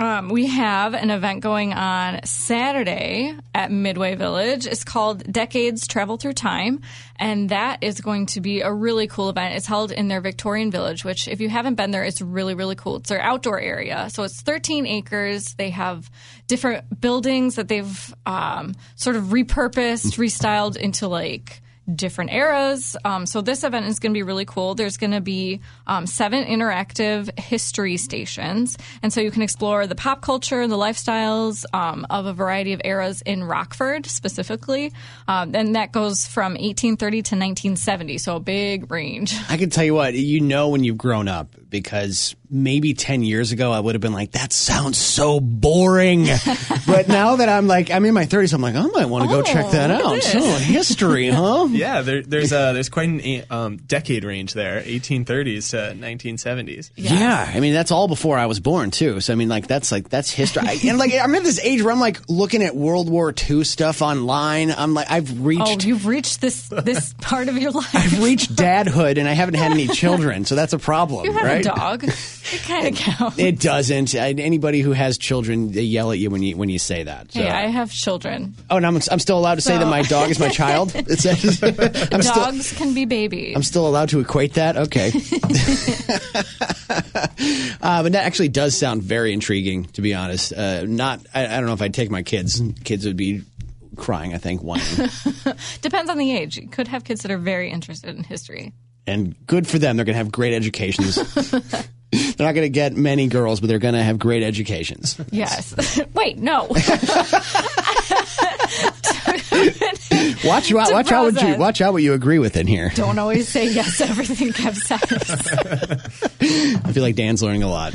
[SPEAKER 10] Um, we have an event going on Saturday at Midway Village. It's called Decades Travel Through Time, and that is going to be a really cool event. It's held in their Victorian Village, which, if you haven't been there, it's really, really cool. It's their outdoor area. So it's 13 acres. They have different buildings that they've um, sort of repurposed, restyled into like different eras. Um, so this event is going to be really cool. There's going to be um, seven interactive history stations, and so you can explore the pop culture, the lifestyles um, of a variety of eras in Rockford specifically, um, and that goes from 1830 to 1970. So a big range.
[SPEAKER 12] I can tell you what, you know when you've grown up because maybe 10 years ago I would have been like, that sounds so boring. but now that I'm like, I'm in my 30s, I'm like, I might want to go check that
[SPEAKER 10] Oh,
[SPEAKER 12] out. So history, huh?
[SPEAKER 11] yeah, there, there's uh, there's quite an a- um, decade range there, 1830s to 1970s.
[SPEAKER 12] Yeah, I mean that's all before I was born too. So I mean, like that's like that's history. I, and like I'm at this age where I'm like looking at World War II stuff online. I'm like I've reached
[SPEAKER 10] Oh, you've reached this this part of your life.
[SPEAKER 12] I've reached dadhood, and I haven't had any children, so that's a problem,
[SPEAKER 10] You have
[SPEAKER 12] right?
[SPEAKER 10] a dog. It kind of counts.
[SPEAKER 12] It doesn't. And Anybody who has children, they yell at you when you when you say that. So.
[SPEAKER 10] Hey, I have children.
[SPEAKER 12] oh, and I'm I'm still allowed to say that my
[SPEAKER 10] So-
[SPEAKER 12] dog is my child. It says I'm still
[SPEAKER 10] Dogs can be babies.
[SPEAKER 12] I'm still allowed to equate that. Okay, uh, but that actually does sound very intriguing. To be honest, uh, not I, I don't know if I'd take my kids. Kids would be crying. I think whining,
[SPEAKER 10] Depends on the age. You could have kids that are very interested in history.
[SPEAKER 12] and good for them. They're going to have great educations. they're not going to get many girls, but they're going to have great educations.
[SPEAKER 10] Yes. Wait, no.
[SPEAKER 12] Watch you out!
[SPEAKER 10] It's a
[SPEAKER 12] Watch out! What you
[SPEAKER 10] process.
[SPEAKER 12] watch out! What you agree with in here?
[SPEAKER 10] Don't always say yes to everything Kev says.
[SPEAKER 12] I feel like Dan's learning a lot.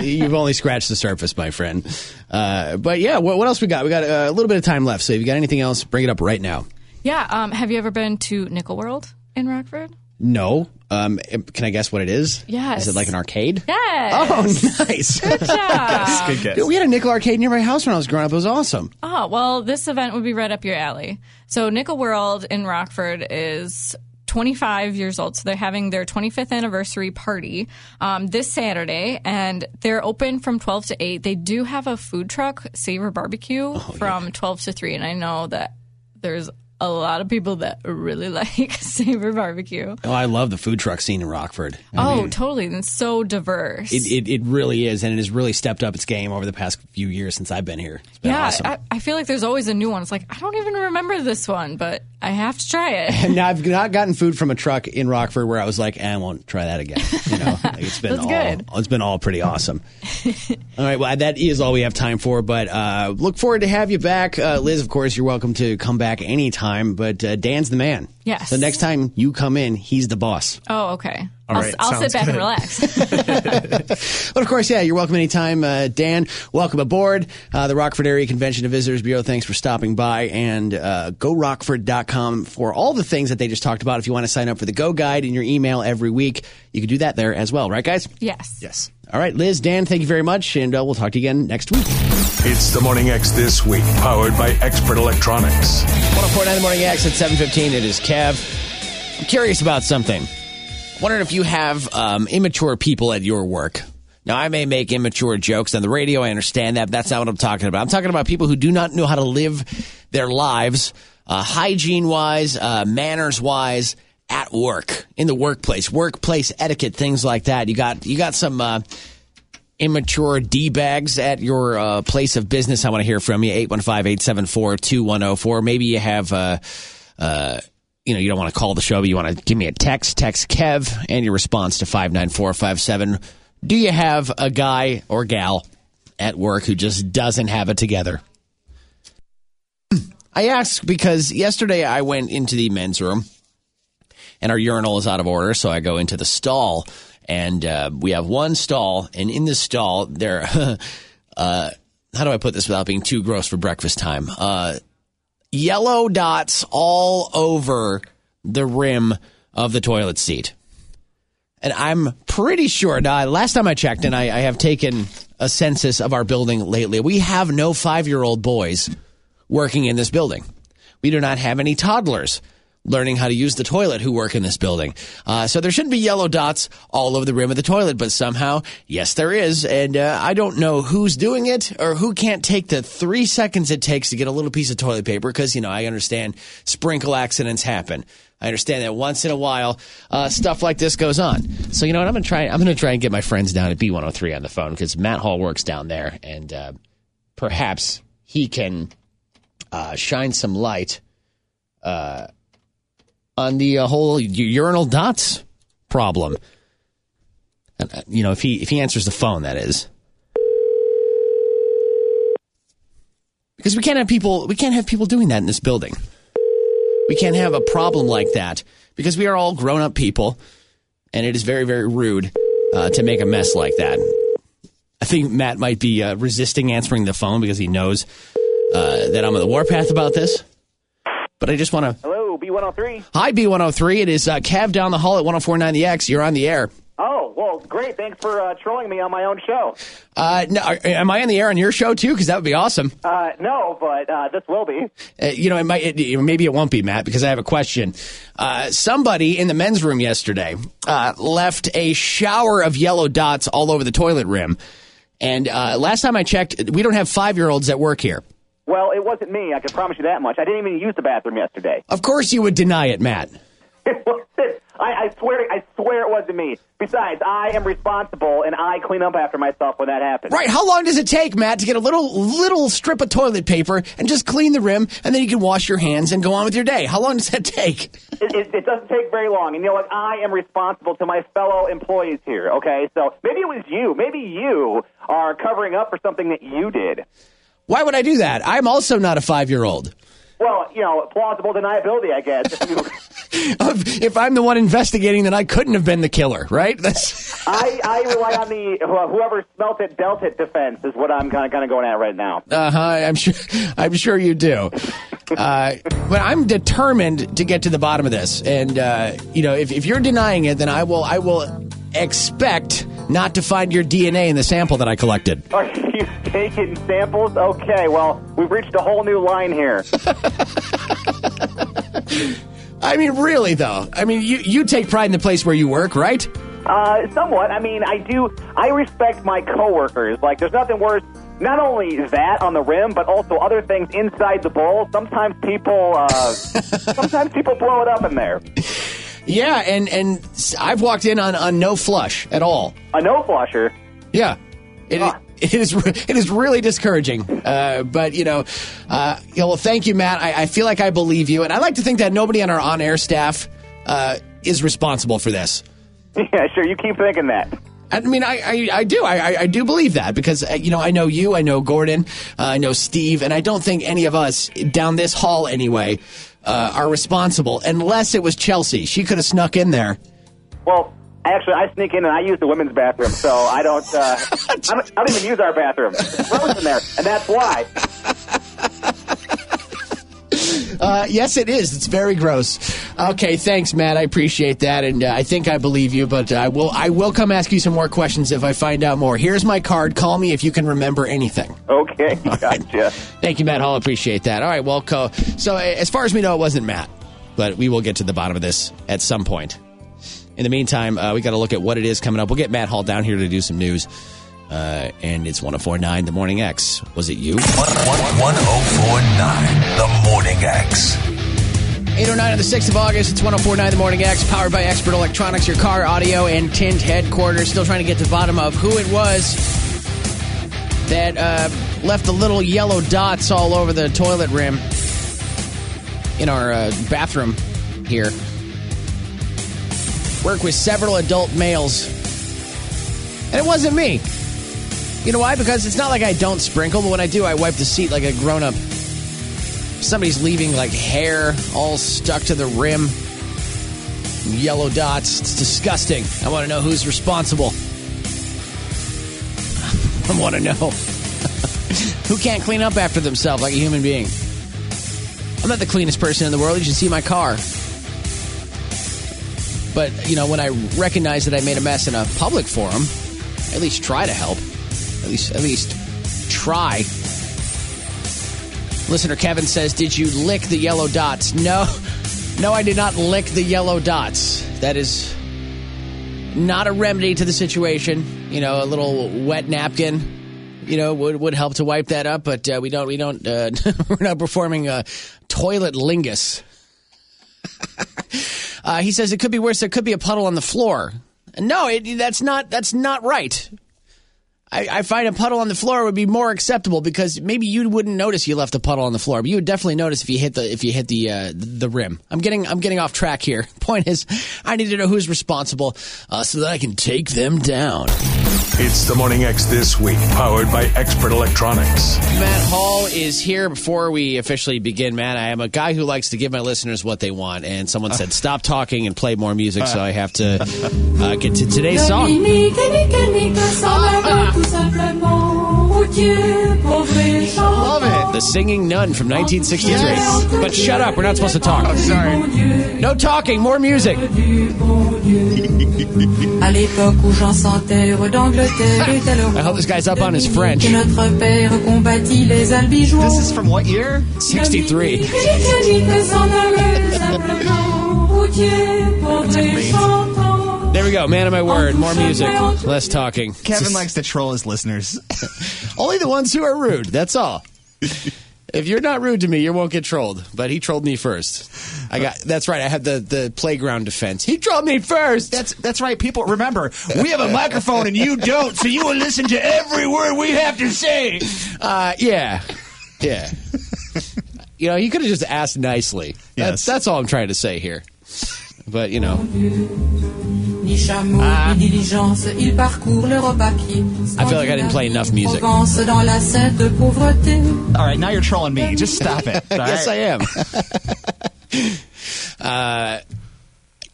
[SPEAKER 12] You've only scratched the surface, my friend. Uh, but yeah, what, what else we got? We got uh, a little bit of time left. So if you got anything else, bring it up right now.
[SPEAKER 10] Yeah. Um, have you ever been to Nickel World in Rockford?
[SPEAKER 12] No. Um, can I guess what it is?
[SPEAKER 10] Yes.
[SPEAKER 12] Is it like an arcade?
[SPEAKER 10] Yes.
[SPEAKER 12] Oh, nice. Good
[SPEAKER 10] job.
[SPEAKER 12] Good guess. We had a nickel arcade near my house when I was growing up. It was awesome.
[SPEAKER 10] Oh, well, this event would be right up your alley. So, Nickel World in Rockford is 25 years old. So, they're having their 25th anniversary party um, this Saturday, and they're open from 12 to 8. They do have a food truck, Savor Barbecue,
[SPEAKER 12] Oh,
[SPEAKER 10] from 12 to 3. And I know that there's a lot of people that really like Savor Barbecue.
[SPEAKER 12] Oh, I love the food truck scene in Rockford. I
[SPEAKER 10] Oh,
[SPEAKER 12] mean,
[SPEAKER 10] totally. And it's so diverse.
[SPEAKER 12] it, it, it really is, and it has really stepped up its game over the past few years since I've been here. It's been
[SPEAKER 10] yeah,
[SPEAKER 12] awesome.
[SPEAKER 10] I, I feel like there's always a new one. It's like, I don't even remember this one, but I have to try it.
[SPEAKER 12] and now I've not gotten food from a truck in Rockford where I was like, eh, I won't try that again. You know, Like, it's been
[SPEAKER 10] That's
[SPEAKER 12] all
[SPEAKER 10] good.
[SPEAKER 12] it's been all pretty awesome. all right, well that is all we have time for, but uh, look forward to have you back, uh, Liz. Of course, you're welcome to come back anytime. But uh, Dan's the man.
[SPEAKER 10] Yes.
[SPEAKER 12] So next time you come in, he's the boss.
[SPEAKER 10] Oh, okay.
[SPEAKER 12] All
[SPEAKER 10] I'll,
[SPEAKER 12] right,
[SPEAKER 10] I'll
[SPEAKER 12] sounds
[SPEAKER 10] sit back
[SPEAKER 12] good.
[SPEAKER 10] and relax.
[SPEAKER 12] But of course, yeah, you're welcome anytime, uh, Dan. Welcome aboard uh, the Rockford Area Convention and Visitors Bureau. Thanks for stopping by and uh, gorockford.com for all the things that they just talked about. If you want to sign up for the Go Guide in your email every week, you can do that there as well, right, guys?
[SPEAKER 10] Yes.
[SPEAKER 12] Yes. All right, Liz, Dan, thank you very much, and uh, we'll talk to you again next week.
[SPEAKER 1] It's the Morning X this week, powered by Expert Electronics.
[SPEAKER 2] 1049 The Morning X at 715. It is Kev. I'm curious about something. Wondering if you have um, immature people at your work. Now, I may make immature jokes on the radio. I understand that. but That's not what I'm talking about. I'm talking about people who do not know how to live their lives, uh, hygiene wise, uh, manners wise, at work, in the workplace, workplace etiquette, things like that. You got, you got some, uh, immature D bags at your uh, place of business. I want to hear from you. 815 874 2104. Maybe you have, uh, uh, you know, you don't want to call the show, but you want to give me a text. Text Kev and your response to 59457. Do you have a guy or gal at work who just doesn't have it together? I ask because yesterday I went into the men's room and our urinal is out of order. So I go into the stall, and uh, we have one stall, and in this stall there. uh, how do I put this without being too gross for breakfast time? Uh, yellow dots all over the rim of the toilet seat. And I'm pretty sure. Now, last time I checked, and I, I have taken a census of our building lately, we have no five year old boys working in this building. We do not have any toddlers learning how to use the toilet who work in this building. Uh, so there shouldn't be yellow dots all over the rim of the toilet, but somehow, yes, there is. And uh, I don't know who's doing it or who can't take the three seconds it takes to get a little piece of toilet paper because, you know, I understand sprinkle accidents happen. I understand that once in a while, uh, stuff like this goes on. So you know what? I'm gonna try. I'm gonna try and get my friends down at B103 on the phone because Matt Hall works down there, and uh, perhaps he can uh, shine some light uh, on the uh, whole u- urinal dots problem. And, uh, you know, if he if he answers the phone, that is. Because we can't have people we can't have people doing that in this building. We can't have a problem like that because we are all grown up people, and it is very very rude uh, to make a mess like that. I think Matt might be uh, resisting answering the phone because he knows uh, that I'm on the warpath about this. But I just want to.
[SPEAKER 8] Hello, B103.
[SPEAKER 2] Hi, B103. It is uh, Cav down the hall at 1049 The X. You're on the air.
[SPEAKER 8] Oh, well, great. Thanks for uh, trolling me on my own show.
[SPEAKER 2] Uh, no, are- am I on the air on your show too? Because that would be awesome.
[SPEAKER 8] Uh, no, but uh, this will be.
[SPEAKER 2] Uh, you know, it might, it, maybe it won't be, Matt, because I have a question. Uh, somebody in the men's room yesterday uh, left a shower of yellow dots all over the toilet rim. And uh, last time I checked, we don't have five year olds that work here.
[SPEAKER 8] Well, it wasn't me. I can promise you that much. I didn't even use the bathroom yesterday.
[SPEAKER 2] Of course, you would deny it, Matt.
[SPEAKER 8] It wasn't. I, I swear. I swear it wasn't me. Besides, I am responsible, and I clean up after myself when that happens.
[SPEAKER 2] Right? How long does it take, Matt, to get a little little strip of toilet paper and just clean the rim, and then you can wash your hands and go on with your day? How long does that take?
[SPEAKER 8] It, it, it doesn't take very long, and you know what? I am responsible to my fellow employees here. Okay, so maybe it was you. Maybe you are covering up for something that you did.
[SPEAKER 2] Why would I do that? I'm also not a five year old.
[SPEAKER 8] Well, you know, plausible deniability, I guess.
[SPEAKER 2] If I'm the one investigating, then I couldn't have been the killer, right? That's
[SPEAKER 8] I, I rely on the wh- whoever smelt it dealt it defense is what I'm kind of kind of going at right now.
[SPEAKER 2] uh huh. I'm sure. I'm sure you do. Uh, but I'm determined to get to the bottom of this, and uh, you know, if, if you're denying it, then I will. I will expect not to find your DNA in the sample that I collected.
[SPEAKER 8] Are you taking samples? Okay, well, we've reached a whole new line here.
[SPEAKER 2] I mean, really though. I mean, you you take pride in the place where you work, right?
[SPEAKER 8] Uh, somewhat. I mean, I do. I respect my coworkers. Like, there's nothing worse. Not only that on the rim, but also other things inside the bowl. Sometimes people, uh, sometimes people blow it up in there.
[SPEAKER 2] Yeah, and and s- I've walked in on on no flush at all.
[SPEAKER 8] A no flusher.
[SPEAKER 2] Yeah. It, it is re- it is really discouraging, uh, but you know, uh, you know, well, thank you, Matt. I, I feel like I believe you, and I like to think that nobody on our on-air staff uh, is responsible for this.
[SPEAKER 8] Yeah, sure. You keep thinking that.
[SPEAKER 2] I mean, I I, I do I, I- I do believe that because uh, you know I know you, I know Gordon, uh, I know Steve, and I don't think any of us down this hall anyway uh, are responsible unless it was Chelsea. She could have snuck in there.
[SPEAKER 8] Well, actually, I sneak in and I use the women's bathroom, so I don't. Uh, I, don't I don't even use our bathroom. There's gross in there, and that's why.
[SPEAKER 2] Uh, yes, it is. It's very gross. Okay, thanks, Matt. I appreciate that, and uh, I think I believe you. But I will, I will come ask you some more questions if I find out more. Here's my card. Call me if you can remember anything.
[SPEAKER 8] Okay,
[SPEAKER 9] Oh
[SPEAKER 8] gotcha.
[SPEAKER 2] Thank you, Matt Hall. Appreciate that. All right, well, co- so uh, as far as we know, it wasn't Matt, but we will get to the bottom of this at some point. In the meantime, uh, we got to look at what it is coming up. We'll get Matt Hall down here to do some news. Uh, and it's 1049 The Morning X. Was it you?
[SPEAKER 1] 1049 The Morning X.
[SPEAKER 2] 809 on the 6th of August. It's 1049 The Morning X, powered by Expert Electronics, your car, audio, and tint headquarters. Still trying to get to the bottom of who it was that uh, left the little yellow dots all over the toilet rim in our uh, bathroom here. Work with several adult males. And it wasn't me. You know why? Because it's not like I don't sprinkle, but when I do, I wipe the seat like a grown up somebody's leaving like hair all stuck to the rim yellow dots it's disgusting i want to know who's responsible i want to know who can't clean up after themselves like a human being i'm not the cleanest person in the world you should see my car but you know when i recognize that i made a mess in a public forum I at least try to help at least at least try Listener Kevin says, "Did you lick the yellow dots?" No, no, I did not lick the yellow dots. That is not a remedy to the situation. You know, a little wet napkin, you know, would would help to wipe that up. But uh, we don't, we don't, uh, we're not performing uh, toilet lingus. uh, he says it could be worse. There could be a puddle on the floor. No, it, that's not that's not right. I, I find a puddle on the floor would be more acceptable because maybe you wouldn't notice you left a puddle on the floor, but you would definitely notice if you hit the if you hit the uh, the rim. I'm getting I'm getting off track here. Point is, I need to know who's responsible uh, so that I can take them down.
[SPEAKER 1] It's the Morning X this week, powered by Expert Electronics.
[SPEAKER 2] Matt Hall is here. Before we officially begin, Matt, I am a guy who likes to give my listeners what they want, and someone said stop talking and play more music, so I have to uh, get to today's song.
[SPEAKER 9] Love it.
[SPEAKER 2] The Singing Nun from 1963. But shut up, we're not supposed to talk. sorry. No talking, more music.
[SPEAKER 9] À l'époque où j'en sentais d'Angleterre était le
[SPEAKER 2] I hope this guy's up on his French.
[SPEAKER 9] Que notre père combattit les albigeons. This is
[SPEAKER 5] from what year?
[SPEAKER 2] 63. There we go, man of my word, more music, less talking.
[SPEAKER 5] Kevin likes to troll his listeners.
[SPEAKER 2] Only the ones who are rude, that's all. If you're not rude to me, you won't get trolled. But he trolled me first. I got that's right. I had the, the playground defense. He trolled me first.
[SPEAKER 5] That's that's right. People remember we have a microphone and you don't, so you will listen to every word we have to say.
[SPEAKER 2] Uh, yeah, yeah. you know, he could have just asked nicely. That's, that's all I'm trying to say here. But you know,
[SPEAKER 9] Ni chameau,
[SPEAKER 13] Ah.
[SPEAKER 9] ni diligence, il parcourt l'Europe à pied.
[SPEAKER 2] I feel like I didn't play enough music.
[SPEAKER 9] Provence dans la sainte pauvreté.
[SPEAKER 5] All right, now you're trolling me. Just stop it. All
[SPEAKER 2] yes,
[SPEAKER 5] right?
[SPEAKER 2] I am. uh,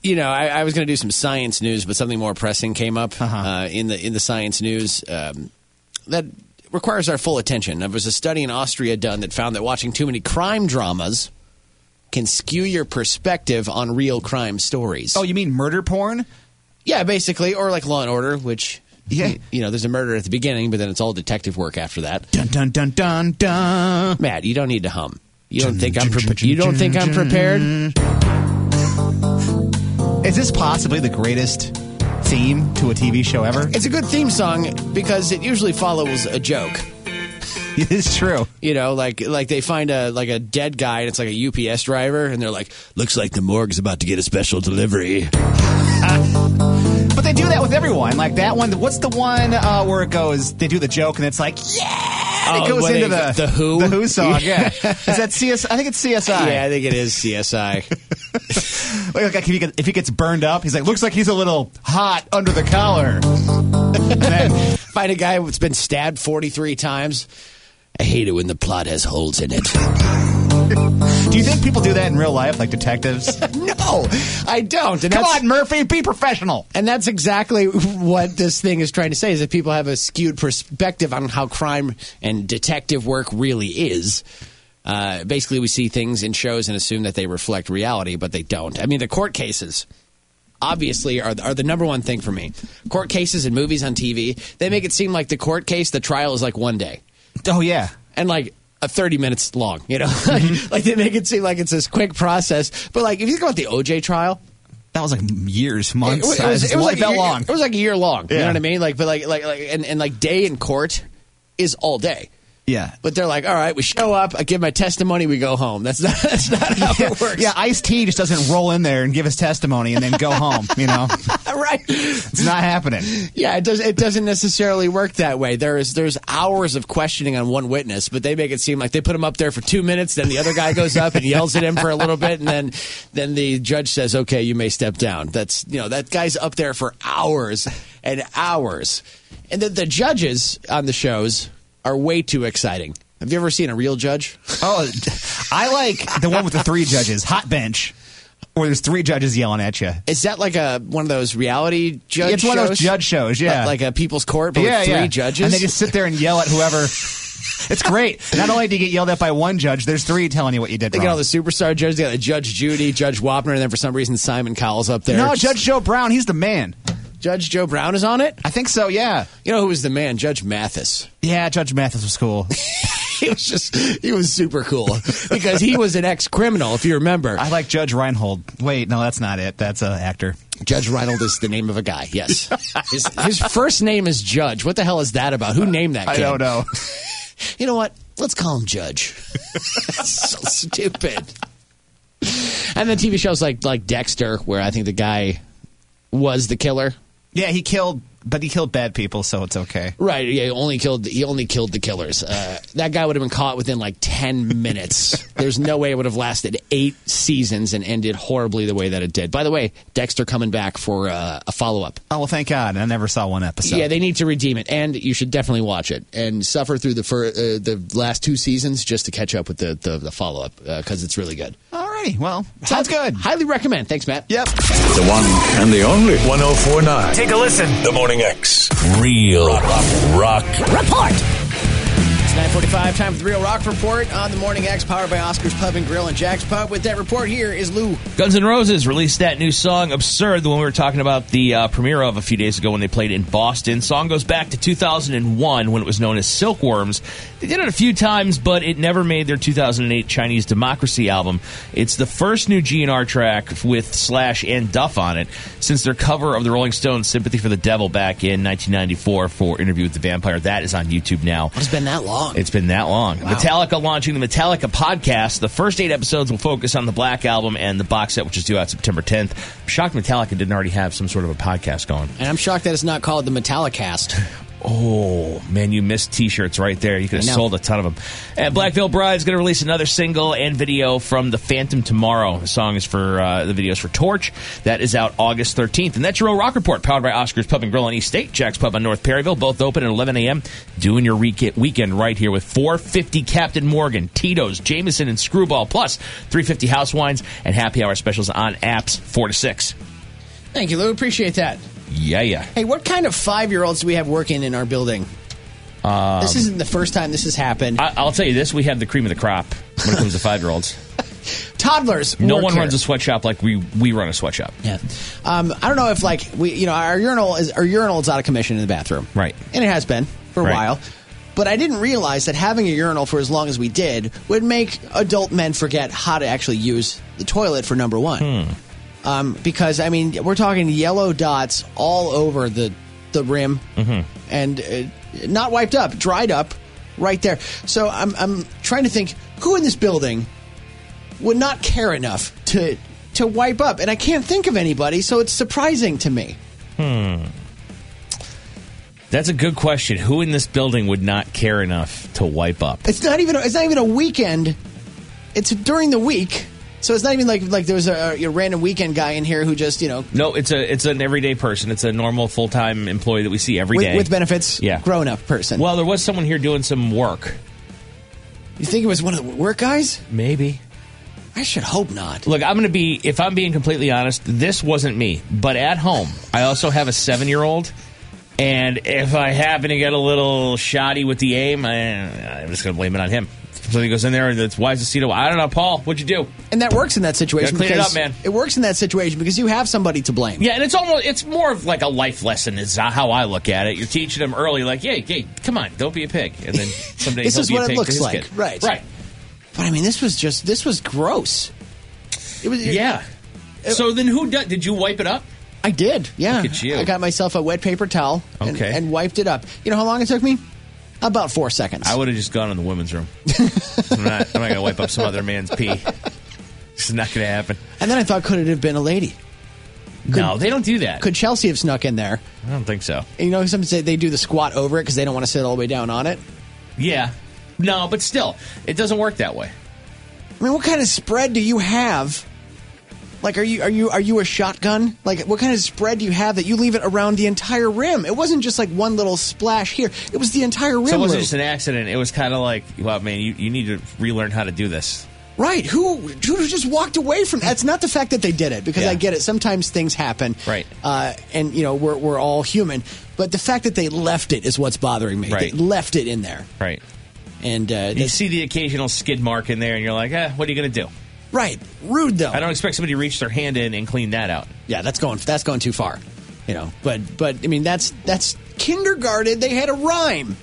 [SPEAKER 2] you know, I, I was going to do some science news, but something more pressing came up uh, in the in the science news um, that requires our full attention. There was a study in Austria done that found that watching too many crime dramas can skew your perspective on real crime stories.
[SPEAKER 5] Oh, you mean murder porn?
[SPEAKER 2] Yeah, basically, or like Law and Order, which yeah, you know, there's a murder at the beginning, but then it's all detective work after that.
[SPEAKER 5] Dun dun dun dun dun.
[SPEAKER 2] Matt, you don't need to hum. You don't think I'm prepared? You don't think I'm prepared?
[SPEAKER 5] Is this possibly the greatest theme to a TV show ever?
[SPEAKER 2] It's a good theme song because it usually follows a joke.
[SPEAKER 5] It is true.
[SPEAKER 2] You know, like like they find a like a dead guy and it's like a UPS driver and they're like, "Looks like the morgue's about to get a special delivery."
[SPEAKER 5] But they do that with everyone. Like that one. What's the one uh, where it goes? They do the joke and it's like, yeah, and
[SPEAKER 2] Oh,
[SPEAKER 5] it goes
[SPEAKER 2] when
[SPEAKER 5] into
[SPEAKER 2] they-
[SPEAKER 5] the
[SPEAKER 2] the Who?
[SPEAKER 5] the Who song.
[SPEAKER 2] Yeah.
[SPEAKER 5] Yeah, is that CS? I think it's CSI.
[SPEAKER 2] Yeah, I think it is CSI.
[SPEAKER 5] Like, like, if, he gets, if he gets burned up, he's like, looks like he's a little hot under the collar.
[SPEAKER 2] Find a guy that's been stabbed 43 times. I hate it when the plot has holes in it.
[SPEAKER 5] Do you think people do that in real life, like detectives?
[SPEAKER 2] no, I don't. And
[SPEAKER 5] Come
[SPEAKER 2] that's-
[SPEAKER 5] on, Murphy, be professional.
[SPEAKER 2] And that's exactly what this thing is trying to say is that people have a skewed perspective on how crime and detective work really is. Uh, basically, we see things in shows and assume that they reflect reality, but they don't. I mean, the court cases obviously are, are the number one thing for me. Court cases and movies on TV, they make it seem like the court case, the trial is like one day.
[SPEAKER 5] Oh yeah,
[SPEAKER 2] and like a thirty minutes long. You know, like they make it seem like it's this quick process, but like if you think about the OJ trial.
[SPEAKER 5] That was like years, months.
[SPEAKER 2] It, was,
[SPEAKER 5] It's
[SPEAKER 2] it was
[SPEAKER 5] like
[SPEAKER 2] like a
[SPEAKER 5] that
[SPEAKER 2] year-
[SPEAKER 5] long.
[SPEAKER 2] It was like a year long. You know
[SPEAKER 5] Yeah.
[SPEAKER 2] what I mean? Like, but like, like, like, and, and like day in court is all day.
[SPEAKER 5] Yeah.
[SPEAKER 2] But they're like, all right, we show up, I give my testimony, we go home. That's not, that's not how it works.
[SPEAKER 5] Yeah, Ice T just doesn't roll in there and give his testimony and then go home. You know,
[SPEAKER 2] right?
[SPEAKER 5] It's not happening.
[SPEAKER 2] Yeah, it does. It doesn't necessarily work that way. There is there's hours of questioning on one witness, but they make it seem like they put him up there for two minutes, then the other guy goes up and yells at him for a little bit, and then then the judge says, "Okay, you may step down." That's you know that guy's up there for hours and hours, and then the judges on the shows are way too exciting. Have you ever seen a real judge?
[SPEAKER 5] Oh, I like the one with the three judges, hot bench, where there's three judges yelling at you.
[SPEAKER 2] Is that like a one of those reality judge?
[SPEAKER 5] It's one of those
[SPEAKER 2] shows?
[SPEAKER 5] judge shows, yeah.
[SPEAKER 2] like a People's Court, but with three judges,
[SPEAKER 5] and they just sit there and yell at whoever. It's great. Not only do you get yelled at by one judge, there's three telling you what you did
[SPEAKER 2] They
[SPEAKER 5] wrong.
[SPEAKER 2] got all the superstar judges. They got the Judge Judy, Judge Wapner, and then for some reason Simon Cowell's up there.
[SPEAKER 5] No, Judge Joe Brown, he's the man.
[SPEAKER 2] Judge Joe Brown is on it.
[SPEAKER 5] I think so. Yeah.
[SPEAKER 2] You know who was the man? Judge Mathis.
[SPEAKER 5] Yeah, Judge Mathis was cool.
[SPEAKER 2] he was just he was super cool because he was an ex criminal, if you remember.
[SPEAKER 5] I like Judge Reinhold. Wait, no, that's not it. That's an actor.
[SPEAKER 2] Judge Reinhold is the name of a guy. Yes, his, his first name is Judge. What the hell is that about? Who named that? Kid?
[SPEAKER 5] I don't know.
[SPEAKER 2] You know what? Let's call him Judge. That's so stupid. And then TV shows like like Dexter, where I think the guy was the killer.
[SPEAKER 5] Yeah, he killed
[SPEAKER 2] but he killed bad people, so it's okay.
[SPEAKER 5] Right. Yeah. He only killed. He only killed the killers. Uh, that guy would have been caught within like ten minutes. There's no way it would have lasted eight seasons and ended horribly the way that it did. By the way, Dexter coming back for uh, a follow up.
[SPEAKER 2] Oh well, thank God. I never saw one episode.
[SPEAKER 5] Yeah, they need to redeem it, and you should definitely watch it and suffer through the fir- uh, the last two seasons just to catch up with the the, the follow up because it's really good.
[SPEAKER 2] Alrighty, well, sounds good.
[SPEAKER 5] Highly recommend. Thanks, Matt.
[SPEAKER 2] Yep.
[SPEAKER 1] The one and the only 1049.
[SPEAKER 5] Take a listen.
[SPEAKER 1] The Morning X. Real rock, report.
[SPEAKER 5] It's 9:45. Time for the Real Rock Report on the Morning X, powered by Oscars Pub and Grill and Jack's Pub. With that report, here is Lou.
[SPEAKER 13] Guns N' Roses released that new song, Absurd, the one we were talking about the uh, premiere of a few days ago when they played in Boston. Song goes back to 2001 when it was known as Silkworms. They did it a few times, but it never made their 2008 Chinese Democracy album. It's the first new GNR track with Slash and Duff on it since their cover of the Rolling Stones' Sympathy for the Devil back in 1994 for Interview with the Vampire. That is on YouTube now.
[SPEAKER 5] It's been that long.
[SPEAKER 13] It's been that long.
[SPEAKER 5] Wow.
[SPEAKER 13] Metallica launching the Metallica podcast. The first eight episodes will focus on the Black Album and the box set, which is due out September 10th. I'm shocked Metallica didn't already have some sort of a podcast going.
[SPEAKER 5] And I'm shocked that it's not called the Metallicast.
[SPEAKER 13] Oh man, you missed T-shirts right there. You could
[SPEAKER 5] I
[SPEAKER 13] have
[SPEAKER 5] know.
[SPEAKER 13] sold a ton of them. And Black Veil Bride's going to release another single and video from the Phantom tomorrow. The song is for uh, the videos for Torch. That is out August 13th. And that's your Real Rock Report, powered by Oscars Pub and Grill on East State, Jack's Pub on North Perryville, both open at 11 a.m. Doing your re- weekend right here with 450 Captain Morgan, Tito's, Jameson, and Screwball, plus 350 house wines and happy hour specials on apps four to six.
[SPEAKER 5] Thank you, Lou. Appreciate that.
[SPEAKER 13] Yeah, yeah.
[SPEAKER 5] Hey, what kind of five year olds do we have working in our building?
[SPEAKER 13] Um,
[SPEAKER 5] this isn't the first time this has happened.
[SPEAKER 13] I, I'll tell you this: we have the cream of the crop when it comes to five year olds.
[SPEAKER 5] Toddlers.
[SPEAKER 13] No
[SPEAKER 5] work
[SPEAKER 13] one
[SPEAKER 5] here.
[SPEAKER 13] runs a sweatshop like we we run a sweatshop.
[SPEAKER 5] Yeah. Um, I don't know if like we, you know, our urinal is our urinal is out of commission in the bathroom,
[SPEAKER 13] right?
[SPEAKER 5] And it has been for a
[SPEAKER 13] Right.
[SPEAKER 5] while. But I didn't realize that having a urinal for as long as we did would make adult men forget how to actually use the toilet for number one. Um, because I mean, we're talking yellow dots all over the the rim and uh, not wiped up, dried up, right there. So I'm I'm trying to think who in this building would not care enough to to wipe up, and I can't think of anybody. So it's surprising to me.
[SPEAKER 13] Hmm. That's a good question. Who in this building would not care enough to wipe up?
[SPEAKER 5] It's not even it's not even a weekend. It's during the week, so it's not even like like there was a, a random weekend guy in here who just you know
[SPEAKER 13] No, it's a it's an everyday person. It's a normal full time employee that we see every day
[SPEAKER 5] with, with benefits,
[SPEAKER 13] Yeah.
[SPEAKER 5] grown up person.
[SPEAKER 13] Well, there was someone here doing some work.
[SPEAKER 5] You think it was one of the work guys?
[SPEAKER 13] Maybe.
[SPEAKER 5] I should hope not.
[SPEAKER 13] Look, I'm going to be, if I'm being completely honest, this wasn't me. But at home, I also have a seven year old. And if I happen to get a little shoddy with the aim, I, I'm just going to blame it on him. If something goes in there and it's why is the seat? I don't know, Paul. What'd you do?
[SPEAKER 5] And that works in that situation.
[SPEAKER 13] Gotta clean it
[SPEAKER 5] because-
[SPEAKER 13] up, man.
[SPEAKER 5] It works in that situation because you have somebody to blame.
[SPEAKER 13] Yeah, and it's almost it's more of like a life lesson is how I look at it. You're teaching them early, like, yeah, yeah, come on, don't be a pig, and then someday
[SPEAKER 5] this
[SPEAKER 13] he'll
[SPEAKER 5] is
[SPEAKER 13] be a
[SPEAKER 5] what
[SPEAKER 13] pig
[SPEAKER 5] it
[SPEAKER 13] to
[SPEAKER 5] looks
[SPEAKER 13] his
[SPEAKER 5] like,
[SPEAKER 13] kid.
[SPEAKER 5] right?
[SPEAKER 13] Right.
[SPEAKER 5] But I mean, this was just this was gross. It was
[SPEAKER 13] Yeah. so then, who did, did you wipe it up?
[SPEAKER 5] I did. Yeah.
[SPEAKER 13] Look at you.
[SPEAKER 5] I got myself a wet paper towel and,
[SPEAKER 13] Okay.
[SPEAKER 5] and wiped it up. You know how long it took me? About four seconds.
[SPEAKER 13] I would have just gone in the women's room. I'm not, I'm not going to wipe up some other man's pee. This is not going to happen.
[SPEAKER 5] And then I thought, could it have been a lady?
[SPEAKER 13] no, they don't do that.
[SPEAKER 5] Could Chelsea have snuck in there?
[SPEAKER 13] I don't think so.
[SPEAKER 5] And you know, some say they do the squat over it because they don't want to sit all the way down on it.
[SPEAKER 13] Yeah. No, but still, it doesn't work that way.
[SPEAKER 5] I mean, what kind of spread do you have? Like, are you are you are you a shotgun? Like, what kind of spread do you have that you leave it around the entire rim? It wasn't just like one little splash here; it was the entire rim.
[SPEAKER 13] So it wasn't
[SPEAKER 5] Lou.
[SPEAKER 13] just an accident. It was kind of like, well, man, you, you need to relearn how to do this.
[SPEAKER 5] Right. Who who just walked away from that's not the fact that they did it because
[SPEAKER 13] Yeah.
[SPEAKER 5] I get it. Sometimes things happen.
[SPEAKER 13] Right.
[SPEAKER 5] Uh, and you know, we're we're all human, but the fact that they left it is what's bothering me.
[SPEAKER 13] Right.
[SPEAKER 5] They left it in there.
[SPEAKER 13] Right.
[SPEAKER 5] And uh,
[SPEAKER 13] You see the occasional skid mark in there, and you're like, eh, what are you going to do?
[SPEAKER 5] Right. Rude though.
[SPEAKER 13] I don't expect somebody to reach their hand in and clean that out.
[SPEAKER 5] Yeah, that's going that's going too far. You know, but but I mean that's that's kindergarten. They had a rhyme.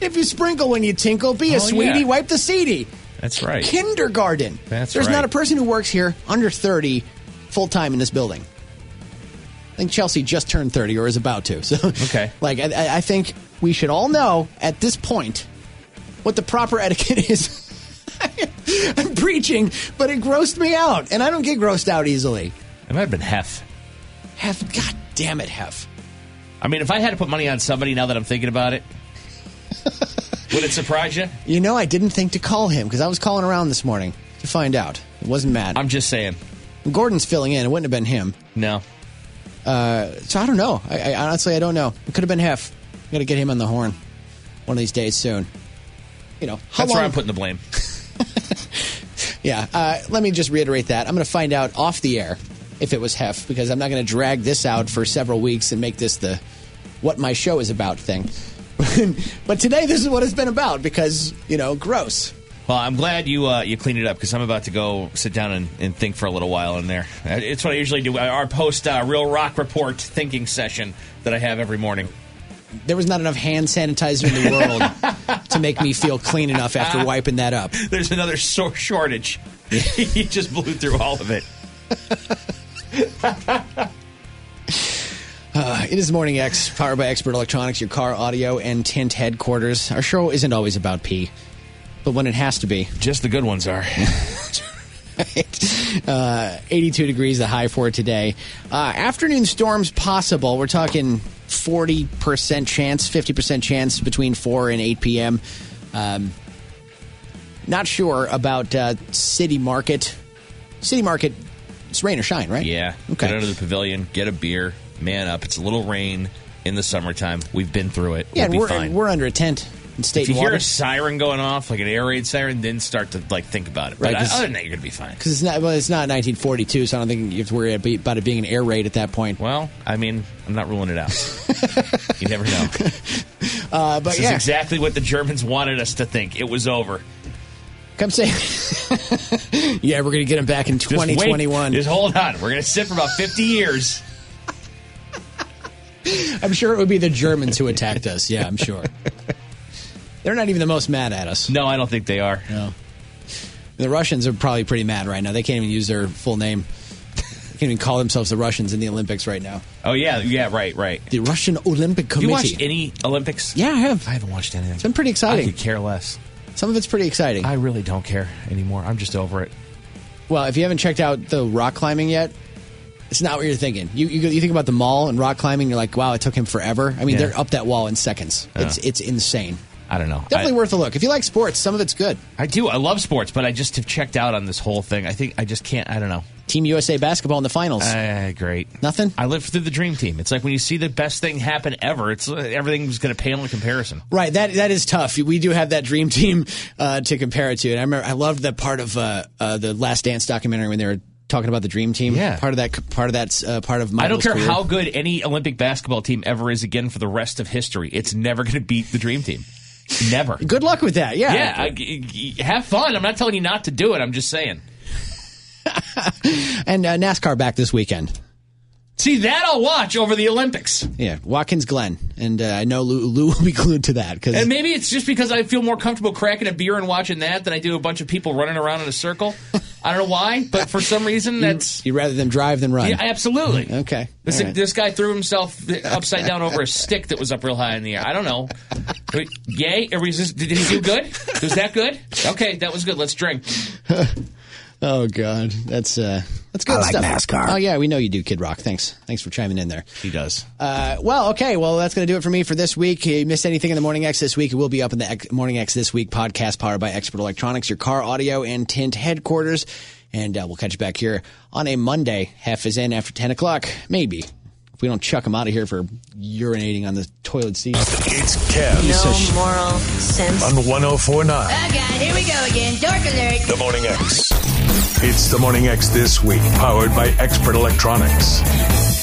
[SPEAKER 5] If you sprinkle when you tinkle, be a
[SPEAKER 13] Oh,
[SPEAKER 5] sweetie,
[SPEAKER 13] yeah.
[SPEAKER 5] wipe the seedy.
[SPEAKER 13] That's right.
[SPEAKER 5] Kindergarten.
[SPEAKER 13] That's
[SPEAKER 5] There's
[SPEAKER 13] right.
[SPEAKER 5] not a person who works here under 30 full time in this building. I think Chelsea just turned 30 or is about to. So, okay. like, I- I, I think we should all know at this point what the proper etiquette is. I'm preaching, but it grossed me out, and I don't get grossed out easily.
[SPEAKER 13] It might have been Hef.
[SPEAKER 5] Hef, god damn it, Hef.
[SPEAKER 13] I mean, if I had to put money on somebody now that I'm thinking about it, would it surprise you?
[SPEAKER 5] You know, I didn't think to call him because I was calling around this morning to find out. It wasn't Matt.
[SPEAKER 13] I'm just saying.
[SPEAKER 5] Gordon's filling in. It wouldn't have been him.
[SPEAKER 13] No.
[SPEAKER 5] Uh, so I don't know. I, I honestly, I don't know. It could have been Hef. Got to get him on the horn one of these days soon. You know, how
[SPEAKER 13] That's
[SPEAKER 5] long?
[SPEAKER 13] where I'm putting the blame.
[SPEAKER 5] Yeah. Uh, let me just reiterate that. I'm going to find out off the air if it was Hef because I'm not going to drag this out for several weeks and make this the what my show is about thing. but today, this is what it's been about because, you know, gross.
[SPEAKER 13] Well, I'm glad you uh, you cleaned it up because I'm about to go sit down and, and think for a little while in there. Uh, It's what I usually do. Our post uh, real rock report thinking session that I have every morning.
[SPEAKER 5] There was not enough hand sanitizer in the world to make me feel clean enough after wiping that up.
[SPEAKER 13] There's another so- shortage. you just blew through all of it.
[SPEAKER 5] Uh, it is Morning X, powered by Expert Electronics, your car audio and tint headquarters. Our show isn't always about pee, but when it has to be,
[SPEAKER 13] just the good ones are.
[SPEAKER 5] right. Uh, 82 degrees, the high for today. Uh, afternoon storms possible. We're talking 40% chance, 50% chance between 4 and 8 p.m. Um, not sure about uh, City Market. City Market, it's rain or shine, right?
[SPEAKER 13] Yeah.
[SPEAKER 5] Okay.
[SPEAKER 13] Get out of the pavilion, get a beer, man up. It's a little rain in the summertime. We've been through it.
[SPEAKER 5] Yeah,
[SPEAKER 13] we'll be
[SPEAKER 5] and we're,
[SPEAKER 13] fine.
[SPEAKER 5] and we're under a tent in state
[SPEAKER 13] if you
[SPEAKER 5] water.
[SPEAKER 13] hear a siren going off, like an air raid siren, then start to like think about it.
[SPEAKER 5] Right,
[SPEAKER 13] but
[SPEAKER 5] 'cause-
[SPEAKER 13] other than that, you're gonna be fine.
[SPEAKER 5] Because it's not well, it's not 1942, so I don't think you have to worry about it being an air raid at that point.
[SPEAKER 13] Well, I mean, I'm not ruling it out. you never know.
[SPEAKER 5] Uh, but
[SPEAKER 13] this is
[SPEAKER 5] yeah,
[SPEAKER 13] exactly what the Germans wanted us to think. It was over.
[SPEAKER 5] come say, yeah, we're gonna get him back in
[SPEAKER 13] Just wait.
[SPEAKER 5] 2021.
[SPEAKER 13] Just hold on. We're gonna sit for about 50 years.
[SPEAKER 5] I'm sure it would be the Germans who attacked us. Yeah, I'm sure. They're not even the most mad at us.
[SPEAKER 13] No, I don't think they are.
[SPEAKER 5] No. The Russians are probably pretty mad right now. They can't even use their full name. They can't even call themselves the Russians in the Olympics right now.
[SPEAKER 13] Oh yeah, yeah, right, right.
[SPEAKER 5] The Russian Olympic
[SPEAKER 13] Have
[SPEAKER 5] Committee.
[SPEAKER 13] you watched any Olympics?
[SPEAKER 5] Yeah, I have. I
[SPEAKER 13] haven't watched anything. It's
[SPEAKER 5] been pretty exciting.
[SPEAKER 13] I could care less.
[SPEAKER 5] Some of it's pretty exciting.
[SPEAKER 13] I really don't care anymore. I'm just over it.
[SPEAKER 5] Well, if you haven't checked out the rock climbing yet, it's not what you're thinking. You you, you think about the mall and rock climbing, you're like, wow, it took him forever. I mean,
[SPEAKER 13] Yeah.
[SPEAKER 5] they're up that wall in seconds. It's
[SPEAKER 13] Yeah.
[SPEAKER 5] it's insane.
[SPEAKER 13] I don't know.
[SPEAKER 5] Definitely worth a look. If you like sports, some of it's good.
[SPEAKER 13] I do. I love sports, but I just have checked out on this whole thing. I think I just can't. I don't know.
[SPEAKER 5] Team USA basketball in the finals.
[SPEAKER 13] Uh, great.
[SPEAKER 5] Nothing.
[SPEAKER 13] I lived through the dream team. It's like when you see the best thing happen ever. It's uh, everything's going to pale in comparison.
[SPEAKER 5] Right, that that is tough. We do have that dream team uh, to compare it to, and I remember I loved that part of uh, uh, the Last Dance documentary when they were talking about the dream team. Yeah, part of that, part of that, uh, part of my.
[SPEAKER 13] I don't care how good any Olympic basketball team ever is again for the rest of history. It's never going to beat the dream team. Never.
[SPEAKER 5] Good luck with that. Yeah,
[SPEAKER 13] Yeah. I- I- I- have fun. I'm not telling you not to do it. I'm just saying.
[SPEAKER 5] and uh, NASCAR back this weekend.
[SPEAKER 13] See that I'll watch over the Olympics.
[SPEAKER 5] Yeah, Watkins Glen, and uh, I know Lou, Lou will be glued to that because
[SPEAKER 13] And maybe it's just because I feel more comfortable cracking a beer and watching that than I do a bunch of people running around in a circle. I don't know why, but for some reason that's
[SPEAKER 5] you rather them drive than run.
[SPEAKER 13] Yeah, absolutely.
[SPEAKER 5] Okay.
[SPEAKER 13] This,
[SPEAKER 5] All right.
[SPEAKER 13] this guy threw himself upside down over a stick that was up real high in the air. I don't know. Wait, Yay? Or was this, did he do good? Was that good? Okay, that was good. Let's drink.
[SPEAKER 5] Oh God, that's uh, that's good
[SPEAKER 13] I like
[SPEAKER 5] stuff.
[SPEAKER 13] NASCAR.
[SPEAKER 5] Oh yeah, we know you do, Kid Rock. Thanks, thanks for chiming in there.
[SPEAKER 13] He does.
[SPEAKER 5] Uh, well, okay. Well, that's going to do it for me for this week. You missed anything in the Morning X this week? It will be up in the X- Morning X this week podcast powered by Expert Electronics, your car audio and tint headquarters. And uh, we'll catch you back here on a Monday. Hef is in after 10 o'clock, maybe. If we don't chuck him out of here for urinating on the toilet seat.
[SPEAKER 1] It's Kev.
[SPEAKER 9] No
[SPEAKER 5] é
[SPEAKER 9] moral sense.
[SPEAKER 1] On 1049.
[SPEAKER 9] Oh, God, here we go again. Dork alert.
[SPEAKER 1] The Morning X. It's The Morning X this week, powered by Expert Electronics.